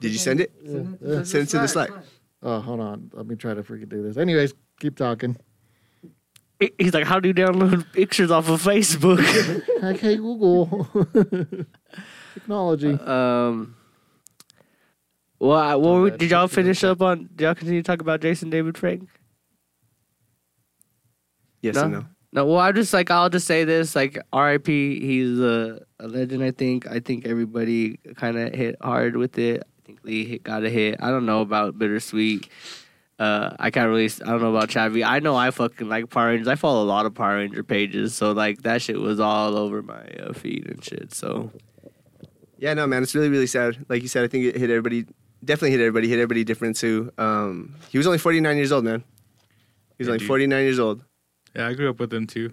Did you send it?
Send
Yeah.
it
Send it to the Slack.
Oh, hold on. Let me try to freaking do this. Anyways, keep talking.
He- He's like, how do you download pictures off of Facebook?
Okay, Google. Technology.
um. Well, I, what were-
bad.
did y'all finish up on? Did y'all continue to talk about Jason David Frank?
Yes
no?
and no.
No, well, I'm just like I'll just say this, like R.I.P. He's a, a legend. I think. I think everybody kind of hit hard with it. I think Lee hit, got a hit. I don't know about Bittersweet. Uh, I can't really. I don't know about Chavi. I know I fucking like Power Rangers. I follow a lot of Power Ranger pages, so like that shit was all over my uh, feed and shit. So
Yeah, no, man. It's really, really sad. Like you said, I think it hit everybody. Definitely hit everybody. Hit everybody different too. Um, he was only 49 years old, man. He was
Yeah,
only
dude.
49 years old.
Yeah, I grew up with them too.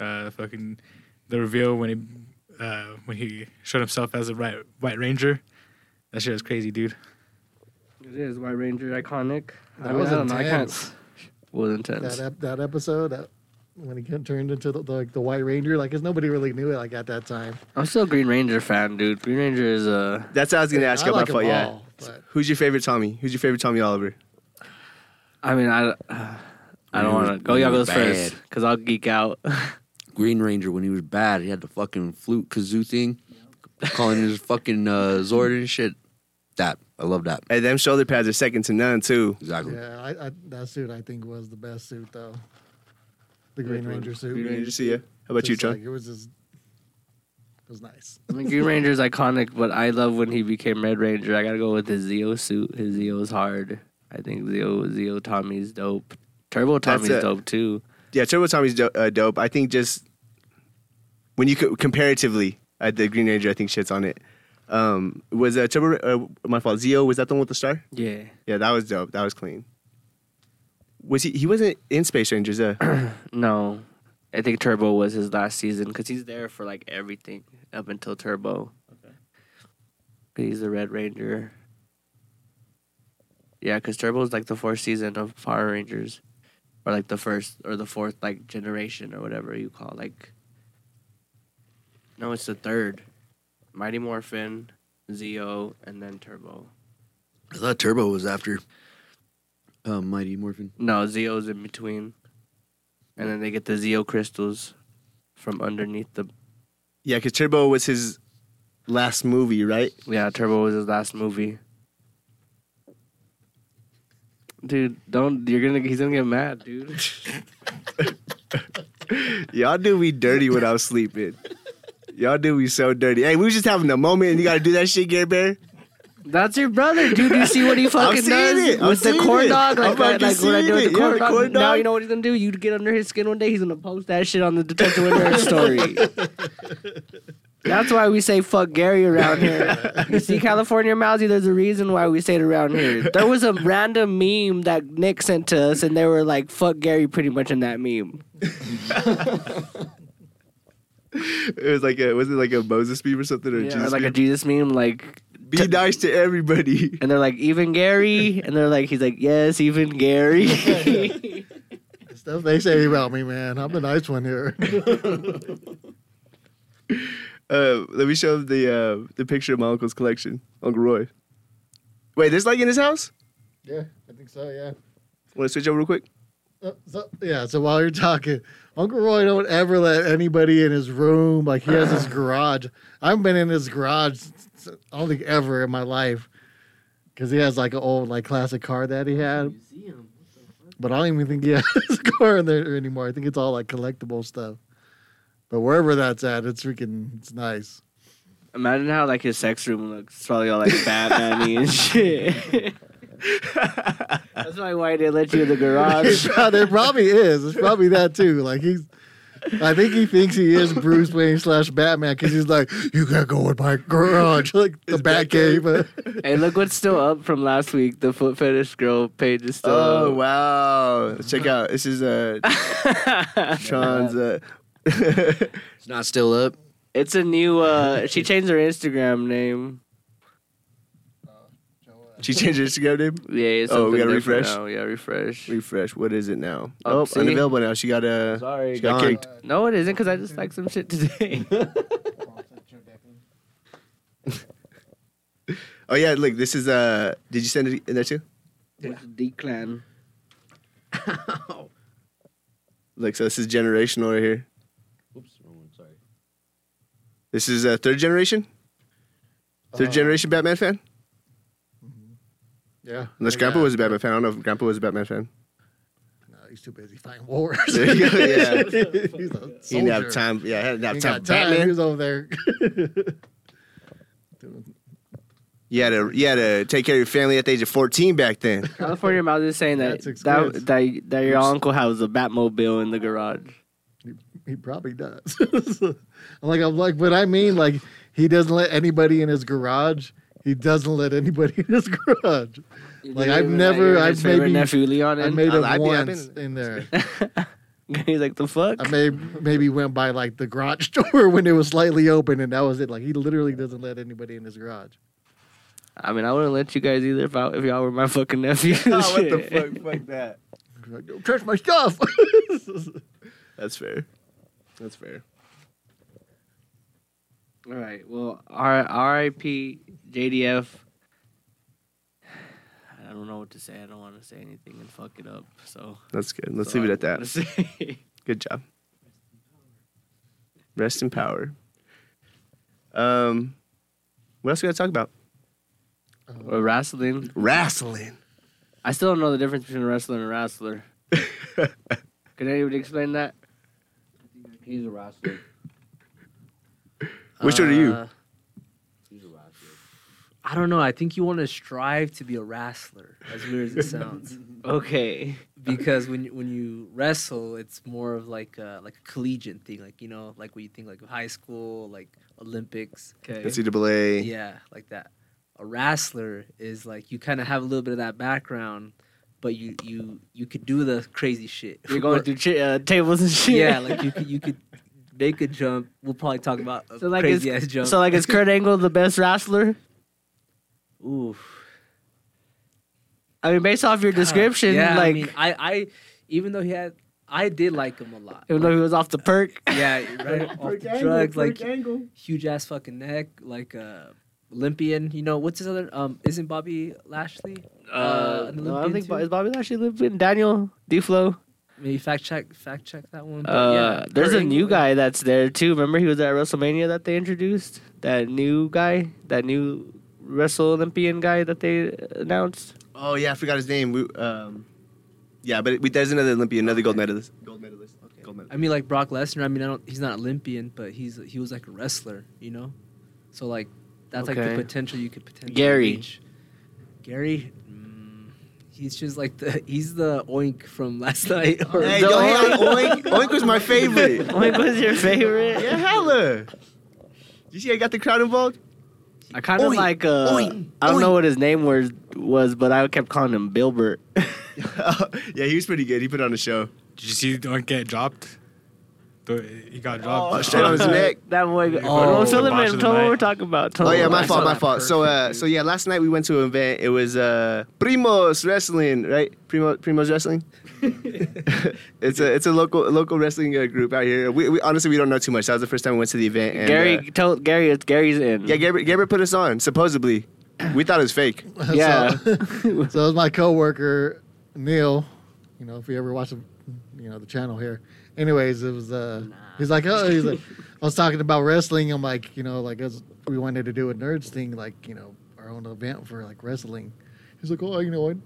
Uh, fucking the reveal when he uh, when he showed himself as a right, White Ranger. That shit was crazy, dude.
it is White Ranger iconic.
That was intense.
Was intense.
That ep- that episode that when he got turned into the, the, like the White Ranger, like, cause nobody really knew it like at that time.
I'm still a Green Ranger fan, dude. Green Ranger is uh, a.
That's what I was gonna ask
I
you about.
like 'em
fault, yeah.
all, but-
Who's your favorite Tommy? Who's your favorite Tommy Oliver?
I mean, I, I don't
Green was-
want to go.
Green
Y'all
was
goes first,
bad.
cause I'll geek out.
Green Ranger when he was bad. He had the fucking flute kazoo thing, calling his fucking uh, Zord and shit. That I love that
Hey, them shoulder pads are second to none too.
exactly.
Yeah, I, I, that suit I think was the best suit though. The Green Ranger suit.
Green Ranger, see ya. How about you,
Just,
John?
Like, it was just, it was nice.
I mean, Green Ranger's iconic, but I love when he became Red Ranger. I gotta go with his Zeo suit. His Zeo's hard. I think Zeo Zeo Tommy's dope. Turbo
That's
Tommy's
it.
dope too.
Yeah, Turbo Tommy's do- uh, dope. I think just when you co- comparatively uh, the Green Ranger, I think shits on it. Um, was uh, Turbo? Uh, my fault. Zio was that the one with the star?
Yeah.
Yeah, that was dope. That was clean. Was he? He wasn't in Space Rangers. Uh,
No, I think Turbo was his last season because he's there for like everything up until Turbo. Okay. He's the Red Ranger. Yeah, because Turbo's like the fourth season of Power Rangers, or like the first or the fourth like generation or whatever you call like. No, it's the third. Mighty Morphin, Zeo, and then Turbo.
I thought Turbo was after uh, Mighty Morphin.
No, Zeo's in between. And then they get the Zeo crystals from underneath the
yeah, because Turbo was his last movie, right?
Yeah, Turbo was his last movie. Dude, don't you're gonna he's gonna get mad, dude.
Y'all do me dirty when I was sleeping. Y'all do me so dirty. Hey, we was just having a moment, and you got to do that shit, Gary Bear.
That's your brother, dude. You see what he fucking
seeing
does
it. I'm
with the
seeing
corn
it.
dog, like, that,
I'm fucking
like what I
seeing
do with
it.
the
Yeah,
corn,
the
dog.
corn
Now
dog.
you know what he's gonna do. You get under his skin one day. He's gonna post that shit on the Detective Winter story. That's why we say fuck Gary around here. You see California Mousy, there's a reason why we say it around here. There was a random meme that Nick sent to us, and they were like, fuck Gary pretty much in that meme.
It was like a was it like a Moses meme or something or
Yeah,
Jesus
like a
meme?
Jesus meme, like,
Be nice to everybody.
and they're like, even Gary, and they're like, he's like, yes, even Gary.
The stuff they say about me, man. I'm the nice one here.
Uh, let me show the uh, the picture of my uncle's collection, Uncle Roy. Wait, this like in his house?
yeah, I think so. Yeah.
Want to switch over real quick?
Uh, So, yeah, so while you're talking, Uncle Roy don't ever let anybody in his room. Like he has his garage. I've been in his garage. s- s- I don't think ever in my life, because he has like an old like classic car that he had.
Museum. What the fuck?
But I don't even think he has a car in there anymore. I think it's all like collectible stuff. But wherever that's at, it's freaking it's nice.
Imagine how like his sex room looks. It's probably all like Batman and shit. That's probably why they let you in the garage.
It, prob- it probably is. It's probably that too. Like he's I think he thinks he is Bruce Wayne slash Batman because he's like, you gotta go in my garage, like the Batcave.
Hey, look what's still up from last week. The foot fetish girl page is still.
Oh
up.
wow! Check out this is uh, Sean's. Uh,
It's not still up.
it's a new. uh She changed her Instagram name.
she changed her Instagram name.
Yeah. It's
Oh,
something
we gotta
different
refresh?
Now. Yeah, refresh.
Refresh. What is it now?
Oh,
Oh,
see?
unavailable now. She got uh,
Sorry,
she got
gone.
kicked.
No, it isn't because I just like some shit today.
Oh yeah, look. This is uh. Did you send it in there too?
Declan.
Look, so this is generational right here.
Oops, wrong one. Sorry.
This is uh, third generation. Third generation Batman fan.
yeah.
Unless Grandpa was a Batman fan. I don't know if Grandpa was a Batman fan.
No, he's too busy fighting wars.
There you go, yeah.
He's a
He didn't
soldier.
have time. Yeah, he didn't have
Ain't
time.
got
for
He
Batman.
was over there.
You had to you had to take care of your family at the age of fourteen back then.
California Mouse is saying that
That's
that,
exquisite.
that that your uncle has a Batmobile in the garage.
He probably does. like I'm like, but I mean, like he doesn't let anybody in his garage. He doesn't let anybody in his garage. Like, I've
Even
never-
your-
I've
his favorite
maybe-
nephew Leon.
I
in.
made
I'll-
him
I'd be- I've
once in there.
He's like the fuck.
I may maybe went by like the garage door when it was slightly open, and that was it. Like he literally doesn't let anybody in his garage.
I mean, I wouldn't let you guys either if, I, if y'all were my fucking nephew.
oh, what the fuck? Fuck that.
He's Like, Don't touch my stuff.
That's fair. That's fair.
All right. Well, R- R.I.P. JDF. I don't know what to say. I don't want to say anything and fuck it up. So
That's good. Let's
so
leave
I
it at that.
won't say.
Good job. Rest in power. Um, what else we gotta talk about?
or wrestling.
Wrestling.
I still don't know the difference between a wrestler and a wrestler. Can anybody explain that?
He's a wrestler.
Which one are you?
Uh,
He's a wrestler.
I don't know. I think you want to strive to be a wrestler, as weird as it sounds.
Okay.
because when you- when you wrestle, it's more of like a, like a collegiate thing, like you know, like what you think like of high school, like Olympics.
Okay.
NCAA.
Yeah, like that. A wrestler is like you kind of have a little bit of that background, but you you you could do the crazy shit.
You're going
Or-
through ch- uh, tables and shit.
yeah, like you could you could make a jump. We'll probably talk about a
So like is-
crazy ass jump.
So like, is Kurt Angle the best wrestler?
oof.
I mean, based off your
God,
description,
yeah,
like,
I, mean, I I even though he had I did like him a lot.
even though he was off the perk.
Yeah, right off the drugs, like huge ass fucking neck, like uh, Olympian. You know what's his other? Um, isn't Bobby Lashley? Uh, an
no, I
Olympian
don't think
too?
Bo- is Bobby Lashley Olympian. Daniel Deflo.
Maybe fact check, fact check that one. but
Uh,
yeah,
there's
Kurt
a new
Angle, yeah.
guy that's there too. Remember, he was at WrestleMania that they introduced. That new guy, that new Wrestle Olympian guy that they announced.
Oh yeah, I forgot his name. We, um, yeah, but we, there's another Olympian, another gold medalist. Gold medalist. Okay. Gold medalist.
I mean, like Brock Lesnar. I mean, I don't. He's not Olympian, but he's he was like a wrestler. You know, so like that's like
Okay.
the potential you could potentially
Gary.
reach. Gary. Mm, He's just like the he's the oink from last night. or-
Hey,
The
yo, hey, Oink, Oink was my favorite.
Oink was your favorite.
Yeah, hella. You see, I got the crowd involved.
I kind of
Oink,
like. Uh,
oink,
I don't know
oink.
what his name was, was, but I kept calling him Bilbert.
yeah, he was pretty good. He put on a show.
Did you see Don't Get Dropped? The- He got dropped.
Oh, straight on his neck.
Uh, That boy.
Oh,
Oh,
the
tell him,
botch
man,
of the
tell him what
night.
we're talking about. Tell
Oh
him
yeah,
what
my
we're
fault,
talking
my
about.
fault. So uh, so yeah, last night we went to an event. It was uh, Primos Wrestling, right? Primo Primos Wrestling. it's a it's a local local wrestling uh, group out here. We, we honestly we don't know too much. That was the first time we went to the event. And,
Gary,
uh,
tell Gary, it's Gary's in.
yeah, Gabriel, Gabriel put us on supposedly. We thought it was fake.
Yeah.
so, so it was my coworker Neil. You know, if you ever watch, the, you know, the channel here. Anyways, it was. Uh, He's like, oh, he's like, I was talking about wrestling. I'm like, you know, like as we wanted to do a nerds thing, like you know, our own event for like wrestling. He's like, oh, you know what?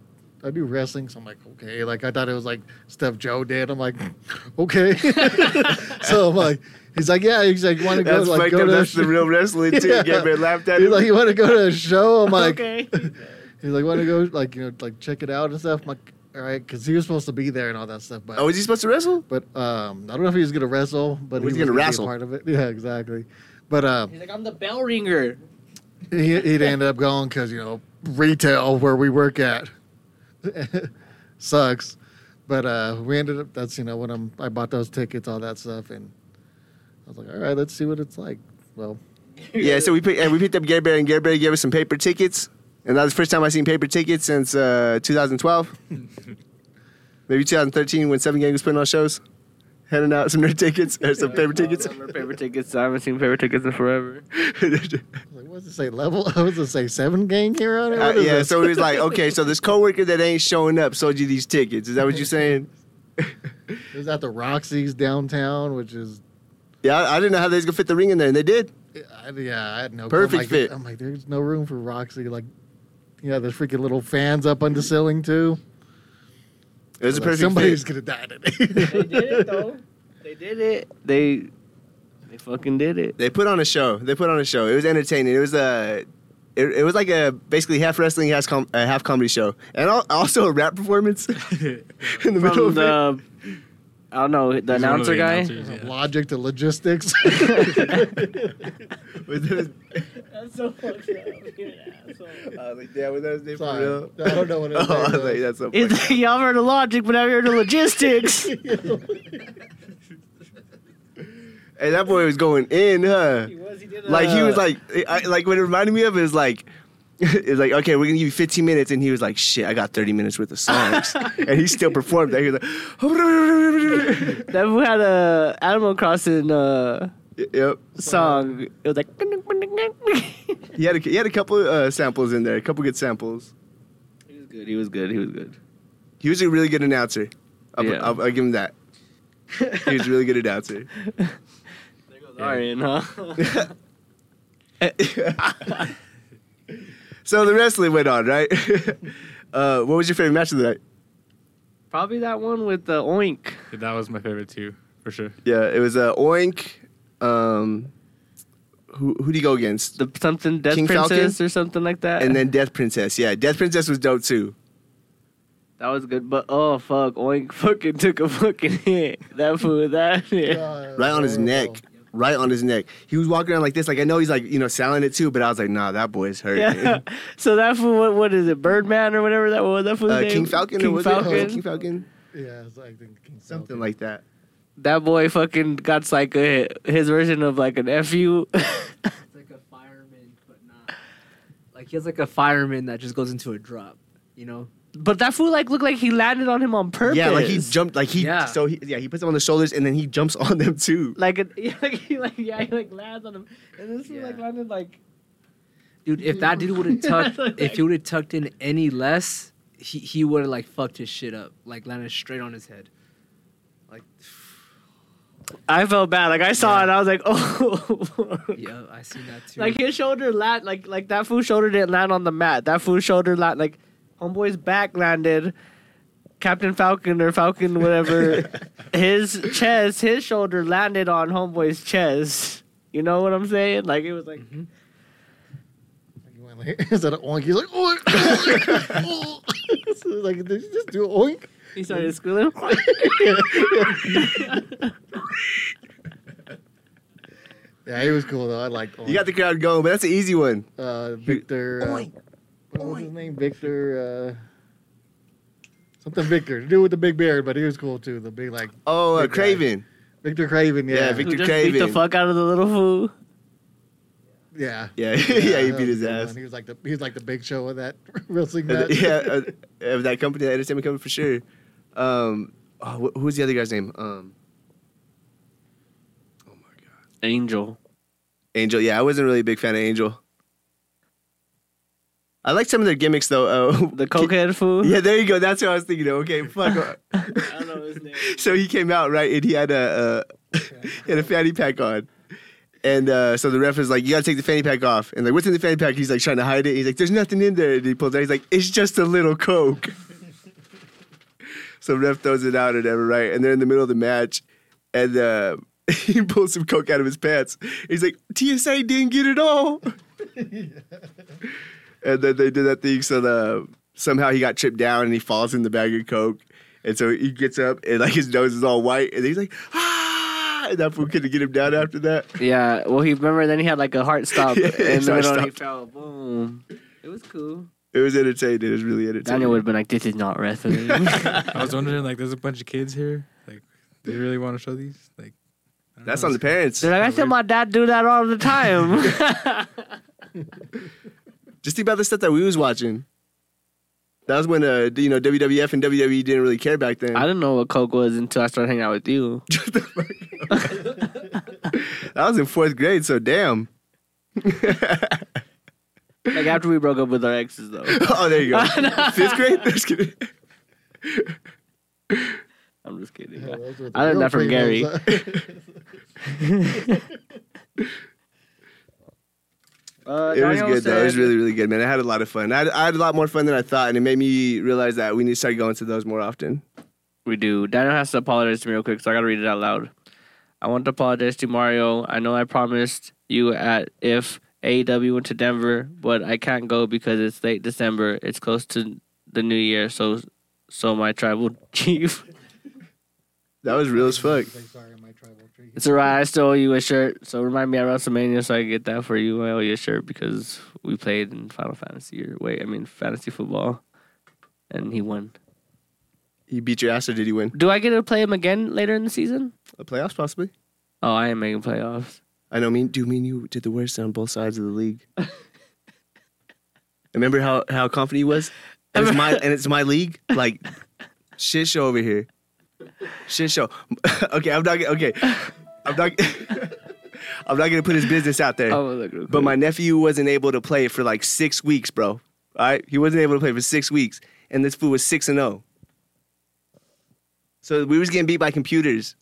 I do wrestling, so I'm like, okay. Like I thought it was like stuff Joe did. I'm like, okay. so I'm like, he's like, yeah. He's like, want to go?
That's
Like,
fucked
go
up.
to
That's the real wrestling too.
Yeah.
Gabriel laughed at
He's
him.
like, you want to go to a show? I'm like,
okay.
He's like, want to go, like, you know, like check it out and stuff. I'm like, All right, because he was supposed to be there and all that stuff. But
Oh, is he supposed to wrestle?
but um, I don't know if he was gonna wrestle, but
He was
he
gonna
was gonna be a
wrestle.
part of it. Yeah, exactly. But um,
He's like, I'm the bell ringer.
he, he'd end up going because you know retail where we work at sucks but uh we ended up that's you know when i'm i bought those tickets all that stuff and i was like all right let's see what it's like well
yeah, so we picked, and we picked up Gary Bear, and Gary Bear gave us some paper tickets, and that was the first time I seen paper tickets since uh, 2012, maybe 2013 when Seven Gang was putting on shows, handing out some nerd tickets or some paper tickets.
Paper tickets. I haven't seen paper tickets in forever.
I was like what does it say level i was gonna say seven gang here on it
Uh,
What is
yeah,
this?
so it was like, okay, so this coworker that ain't showing up sold you these tickets. Is that what you're saying?
it was at the roxy's downtown which is
Yeah, I, I didn't know how they was gonna fit the ring in there, and they did.
I, yeah i had no I'm
Perfect
like-
fit.
i'm like there's no room for roxy like yeah, there's freaking little fans up on the ceiling too.
It was a
Like,
perfect
somebody's
fit.
gonna die today.
they did it though. They did it. They they fucking did it.
They put on a show. They put on a show. It was entertaining. It was a, it, it was like a basically half wrestling, half com- uh, half comedy show, and al- also a rap performance in the middle
From
of
the
it.
I don't know the
He's one of
announcer
the
guy.
announcers, yeah.
Logic to logistics.
With those-
That's so fucked up.
I was like, yeah, when that was there for
Sorry.
real.
I don't know what it
Oh,
was.
I was like, that's so funny.
It's, y'all heard the logic, but I heard the logistics.
Hey, that boy was going in, huh?
was, he did
Like he was like, I, like what it reminded me of is like, it's like okay, we're gonna give you 15 minutes, and he was like, shit, I got 30 minutes worth of songs, and he still performed that. He was like,
that we had a Animal Crossing uh,
yep.
song. It was like
He had a, he had a couple uh, samples in there, a couple good samples.
He was good. He was good. He was good.
He was a really good announcer. I'll,
Yeah.
I'll, I'll give him that. He was a really good announcer.
There goes Arian, huh?
so the wrestling went on, right? uh, what was your favorite match of the night?
Probably that one with the oink.
That was my favorite too, for sure.
Yeah, it was uh, Oink. Um, who who do you go against?
The something Death
King Falcon?
Princess or something like that.
And then Death Princess. Yeah, Death Princess was dope too.
that was good, but oh fuck, Oink fucking took a fucking hit. That fool, that hit.
uh,
Right
Oh.
on
oh,
his neck. Right on his neck. He was walking around like this. Like I know he's like you know selling it too, but I was like, nah, that boy's hurt.
Yeah. So that fool, what, what is it, Birdman or whatever that was? That fool's
Uh,
name?
King Falcon.
King
or was it? uh,
Falcon.
King Falcon.
Yeah, it's like the King
Something
Falcon.
like that.
that boy fucking got like a his version of like an fu.
It's like a fireman, but not. Like he has like a fireman that just goes into a drop, you know?
but that fool like looked like he landed on him on purpose.
Yeah, like he jumped, like he
Yeah.
so he, yeah he puts them on the shoulders and then he jumps on them too.
Like, it, yeah, like, he, like yeah, he like lands on him, and this fool like
Yeah.
landed like
Dude, if that dude would have tucked, if he would have tucked in any less, he he would have like fucked his shit up, like landed straight on his head. Like,
I felt bad. Like I saw
Yeah.
it, and I was like, oh.
yeah, I see that too.
Like his shoulder land, like like that fool's shoulder didn't land on the mat. That fool's shoulder land, like homeboy's back landed. Captain Falcon or Falcon, whatever, his chest, his shoulder landed on homeboy's chest. You know what I'm saying? Like it was like
He went like- Instead of oink, he's like oink. oink. so like, did you just do oink?
he started squealing.
Yeah, he was cool though. I liked oink.
You got the crowd going, but that's an easy one.
uh, Victor. Uh, What was his name? Victor. Uh, something Victor. The Dude with the big beard, but he was cool too. The big like
Oh, uh,
Big guy.
Craven.
Victor Craven. Yeah,
Yeah,
yeah.
Who
Victor
just beat the
Craven.
fuck out of the little fool?
yeah.
Yeah, yeah, he
that
beat
was
his
a good one.
ass.
He was like the he was like the big show of that wrestling
Uh,
match.
th- yeah, uh, of that company, that entertainment company for sure. Um, oh, wh- who was the other guy's name? Um,
Angel.
Angel. Yeah, I wasn't really a big fan of Angel. I like some of their gimmicks though. Oh,
The cokehead fool.
Yeah, there you go. That's what I was thinking. Of. Okay, fuck.
I don't know his name.
so he came out right, and he had a uh, he had a fanny pack on, and uh, so the ref is like, "You gotta take the fanny pack off." And like, "What's in the fanny pack?" He's like trying to hide it. He's like, "There's nothing in there." And he pulls it out. He's like, "It's just a little coke." so ref throws it out or whatever, right? And they're in the middle of the match, and uh, he pulls some coke out of his pants. He's like, "TSA didn't get it all." and then they did that thing so the somehow he got tripped down and he falls in the bag of coke, and so he gets up and like his nose is all white, and he's like, ah, and that fool couldn't get him down after that.
Yeah. Well, he remember then he had like a heart stop
Yeah,
in
his
the
heart
middle and he
stopped.
fell. Boom. It was cool.
It was entertaining. It was really entertaining.
Daniel would have been like, "This is not wrestling."
I was wondering, like, there's a bunch of kids here. Like, they really want to show these? Like, I don't
That's
know.
on the parents.
They're like, I said my dad do that all the time.
Just think about the stuff that we was watching. That was when uh, you know WWF and WWE didn't really care back then.
I didn't know what coke was until I started hanging out with you.
I was in fourth grade, so damn.
Like after we broke up with our exes, though.
Oh, there you go. Fifth grade. Just kidding.
I'm just kidding.
Those are the
I learned
real
that from Gary.
females.
Uh,
It was
Daniel
good though. It was
said-
really, really good, man. I had a lot of fun. I had, I had a lot more fun than I thought, and it made me realize that we need to start going to those more often.
We do. Daniel has to apologize to me real quick, so I gotta read it out loud. I want to apologize to Mario. I know I promised you at if AEW went to Denver, but I can't go because it's late December. It's close to the new year, so so my tribal chief.
That was real as fuck.
It's alright. I still owe you a shirt, so remind me at WrestleMania so I can get that for you. I owe you a shirt because we played in Final Fantasy or wait, I mean fantasy football, and he won.
He beat your ass, or did he win
Do I get to play him again later in the season?
a playoffs? Possibly.
Oh, I am making playoffs.
I know. Mean, do mean you did the worst on both sides of the league. And Remember how how confident he was? And it's my and it's my league. Like shit show over here. Shit show. okay, I'm not. Okay, I'm not. I'm not gonna put his business out there.
Oh, look, real
But
quick.
my nephew wasn't able to play for like six weeks, bro. All right, he wasn't able to play for six weeks, and this fool was six and zero. So we was getting beat by computers.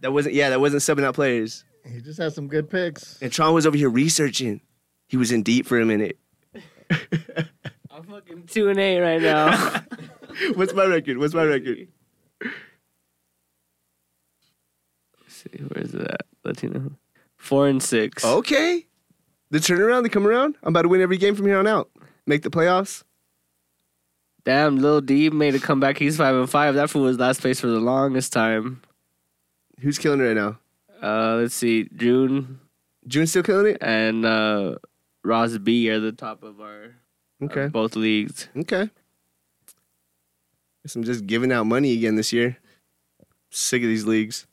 That wasn't yeah, that wasn't subbing out players.
He just has some good picks.
And Tron was over here researching. He was in deep for a minute.
I'm fucking two and eight right now.
What's my record? What's my record?
Let's see, where's it at? Latino. Four and six.
Oh. Okay, the turnaround, the come around. I'm about to win every game from here on out. Make the playoffs.
Damn, Lil D made a comeback. He's five and five. That fool was last place for the longest time.
Who's killing it right now?
Uh, let's see, June
June's still killing it.
and uh, Roz B are the top of our of
Okay,
both leagues.
okay. Guess I'm just giving out money again this year. Sick of these leagues.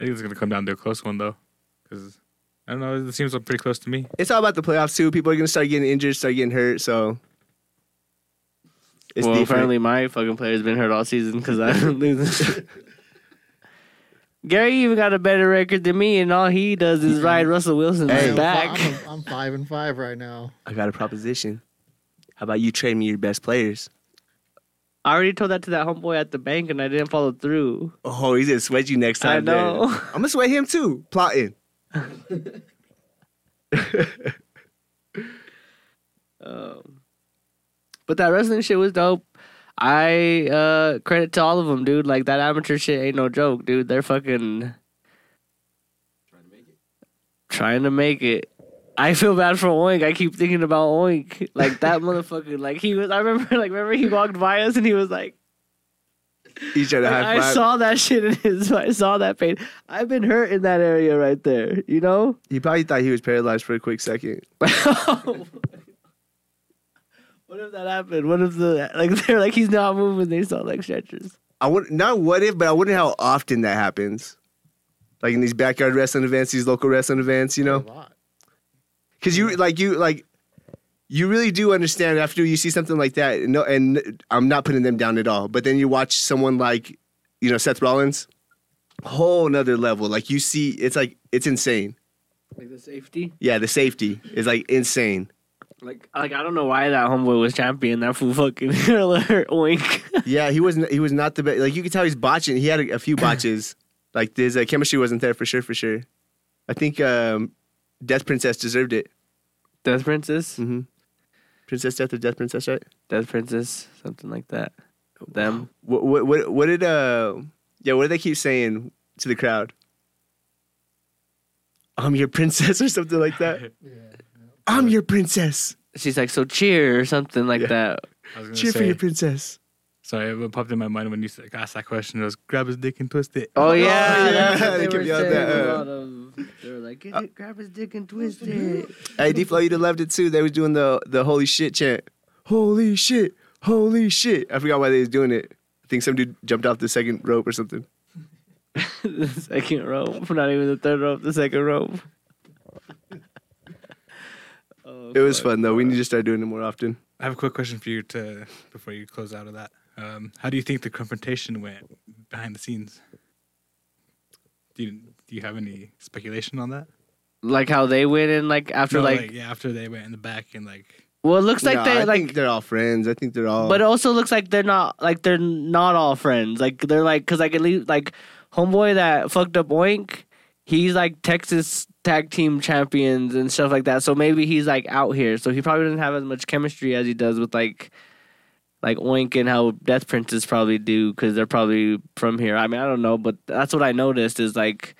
I think it's going to come down to a close one, though. Because, I don't know, it seems pretty close to me.
it's all about the playoffs too. People are gonna start getting injured, start getting hurt. So it's
well,
different.
apparently my fucking player's been hurt all season because I'm losing. Gary even got a better record than me, and all he does is ride Russell Wilson's
Hey.
I'm
back.
fi- I'm, I'm five and five right now.
I got a proposition. How about you trade me your best players?
I already told that to that homeboy at the bank, and I didn't follow through.
Oh, he's gonna sweat you next
I
time. then.
know.
I'm gonna sweat him too. Plotting.
Um, but that wrestling shit was dope. I uh credit to all of them, dude. Like that amateur shit ain't no joke, dude. They're fucking trying to make it. I feel bad for Oink. I keep thinking about Oink. Like that motherfucker. Like he was. I remember. Like remember he walked by us and he was like,
Each other high
I
five.
saw that shit in his. I saw that pain. I've been hurt in that area right there. You know.
he probably thought he was paralyzed for a quick second.
what if that happened? What if the like they're like he's not moving? They saw like stretchers.
I would not what if, but I wonder how often that happens. Like in these backyard wrestling events, these local wrestling events, you know.
A lot.
Cause you like you like you really do understand after you see something like that. No, and I'm not putting them down at all. But then you watch someone like you know Seth Rollins, whole nother level. Like you see, it's like it's insane.
Like the safety.
Yeah, the safety is like insane.
Like like I don't know why that homeboy was champion. That fool fucking alert wink.
Yeah, he wasn't. He was not the best. Like you could tell he's botching. He had a, a few botches. like his uh, chemistry wasn't there for sure. For sure, I think um, Death Princess deserved it.
Death princess.
Mm-hmm.
hmm Princess Death or Death Princess, right?
Death princess. Something like that. Them.
What what what, what did uh yeah what did they keep saying to the crowd? I'm your princess or something like that. I'm your princess.
she's like, so cheer or something like
Yeah.
that.
I was gonna
Cheer for
say-
your princess.
Sorry, what popped in my mind when you said- asked that question was grab his dick and twist it.
Oh,
yeah,
yeah. that's what
they
were
kept yelling
saying
that,
a
uh,
lot of- They were like, "Get it, grab his dick and twist it.
Hey, D-Flow, you'd have loved it too. They was doing the the holy shit chant. Holy shit. Holy shit. I forgot why they was doing it. I think some dude jumped off the second rope or something.
the second rope, not even the third rope, the second rope. Oh,
It was
fuck.
fun though. We need to start doing it more often.
I have a quick question for you to before you close out of that. Um, how do you think the confrontation went behind the scenes? Do you do you have any speculation on that?
Like how they went in, like after,
No,
like,
yeah, after they went in the back and like
well, it looks like
Nah,
they
I
like
think they're all friends. I think they're all.
But it also looks like they're not like they're not all friends. Like they're like because like at least like homeboy that fucked up Oink, he's like Texas tag team champions and stuff like that. So maybe he's like out here. So he probably doesn't have as much chemistry as he does with like like Oink and how Death Princes probably do because they're probably from here. I mean I don't know, but that's what I noticed is like.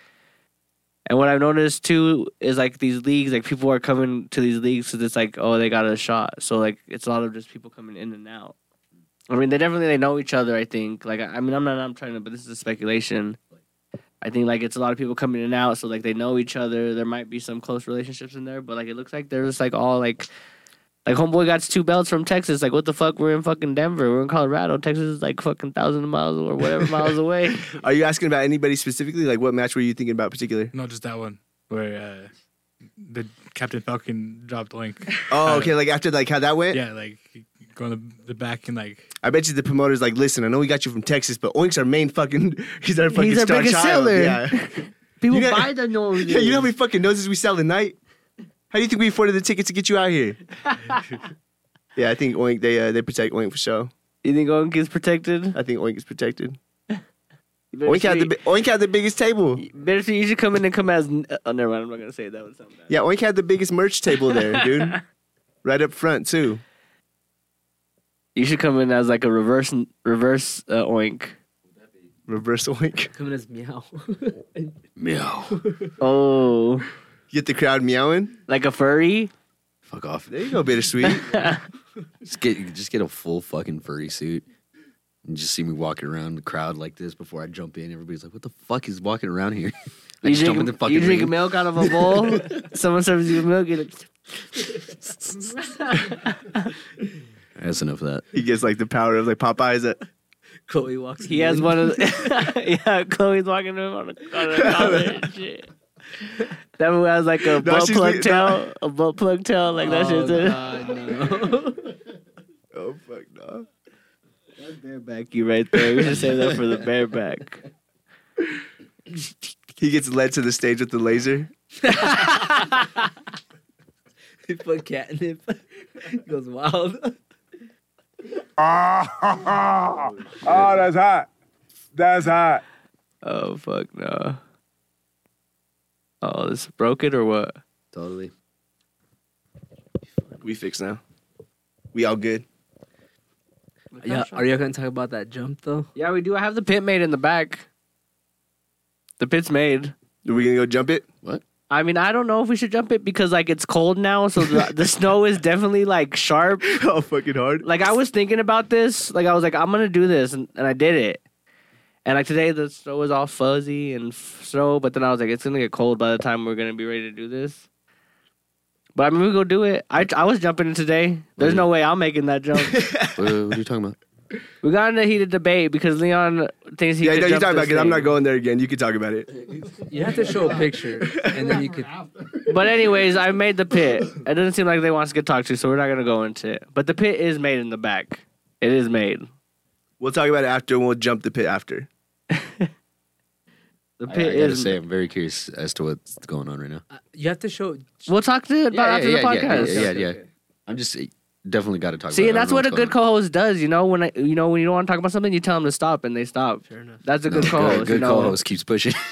And what I've noticed too is like these leagues, like people are coming to these leagues because it's like, oh, they got a shot. So like it's a lot of just people coming in and out. I mean, they definitely they know each other. I think. Like, I I mean, I'm not. I'm trying to, but this is a speculation. I think like it's a lot of people coming in and out, so like they know each other. There might be some close relationships in there, but like it looks like they're just like all like, like homeboy got two belts from Texas. Like, what the fuck? We're in fucking Denver. We're in Colorado. Texas is like fucking thousand miles or whatever miles away.
are you asking about anybody specifically? Like, what match were you thinking about particular?
not just that one where uh, the Captain Falcon dropped Link.
Uh,
Oh, okay. Like after like how that went.
yeah, like going the, the back and like
I bet you the promoters like, listen, I know we got you from Texas, but Oink's our main fucking. He's our fucking
He's our
star
biggest
child.
seller.
Yeah.
People
You got-
buy the nose.
yeah. You know how many fucking noses we sell a night? How do you think we afforded the tickets to get you out here? yeah, I think Oink. They uh, they protect Oink for sure.
You think Oink is protected?
I think Oink is protected.
You better
Oink had the
see-
bi- Oink had the biggest table.
you better see, you should come in and come as. Oh, never mind. I'm not gonna say it. that would sound bad.
Yeah, Oink had the biggest merch table there, dude. right up front too.
You should come in as like a reverse reverse uh, Oink.
Reverse Oink.
Coming as meow.
Meow.
Oh,
Get the crowd meowing.
like a furry?
Fuck off.
There you go, bittersweet.
Just get just get a full fucking furry suit. And just see me walking around the crowd like this before I jump in. Everybody's like, "What the fuck is walking around here?" I
You
just jump
drink,
in the fucking
you drink
ring.
milk out of a bowl. Someone serves you milk. You're like,
That's enough of that.
he gets like the power of like Popeye's. uh,
Chloe walks.
he has
in.
one of. The, yeah, Chloe's walking to him on a, on a collar and shit. That one has like a butt
she's
plug
the-
tail, a butt plug tail, like that
Oh,
shit's in it.
God, no.
Oh fuck no.
Bareback you right there. We should save that for the bareback.
He gets led to the stage with the laser.
He put catnip. he goes wild.
Oh, that's hot. That's hot.
Oh fuck no. Oh, this broke it or what?
Totally.
We fixed now. We all good.
Yeah, are y'all gonna talk about that jump though?
Yeah, we do. I have the pit made in the back. The pit's made.
Are we gonna go jump it?
I mean, I don't know if we should jump it because like it's cold now, so the, the snow is definitely like sharp.
oh fucking hard.
Like I was thinking about this, like I was like, I'm gonna do this, and, and I did it. And like today, the snow was all fuzzy and f- snow, but then I was like, it's gonna get cold by the time we're gonna be ready to do this. But I mean, we go do it. I I was jumping it today. There's no way I'm making that jump.
What, uh, what are you talking about?
we got in a heated debate because Leon thinks he.
yeah,
could
no, you're
jump
talking about
this
because I'm
thing.
not going there again. You can talk about it.
You have to show a picture, and then you could.
But anyways, I made the pit. It doesn't seem like they want us to get talked to, so we're not gonna go into it. But the pit is made in the back. It is made.
We'll talk about it after, and we'll jump the pit after.
The
I,
pit
I gotta
is.
say, I'm very curious as to what's going on right now.
You have to show.
We'll talk to it about after the
yeah,
podcast.
Yeah, yeah, yeah. I'm just eh, definitely got to talk.
See,
about
and
it. I
that's
don't
what
know
a good
what's going
co-host does. You know, when I, you know when you don't want to talk about something, you tell them to stop, and they stop.
Fair enough.
That's a good
on.
co-host.
Good,
you
good
know?
co-host keeps pushing.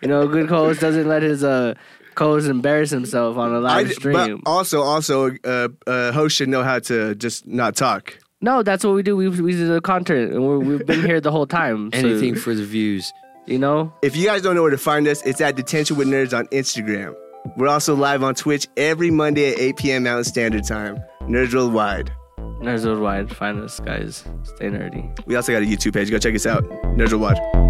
You know, a good co-host doesn't let his uh co-host embarrass himself on a
I
live
d- but
stream.
also, also, uh, uh, host should know how to just not talk.
no, that's what we do. We we do the content, and we're, we've been here the whole time. so,
Anything for the views.
you know.
If you guys don't know where to find us, it's at Detention with Nerds on Instagram. We're also live on Twitch every Monday at 8 p.m. Mountain Standard Time. Nerds Worldwide.
Nerds Worldwide, find us, guys. Stay nerdy.
We also got a YouTube page. Go check us out. Nerds Worldwide.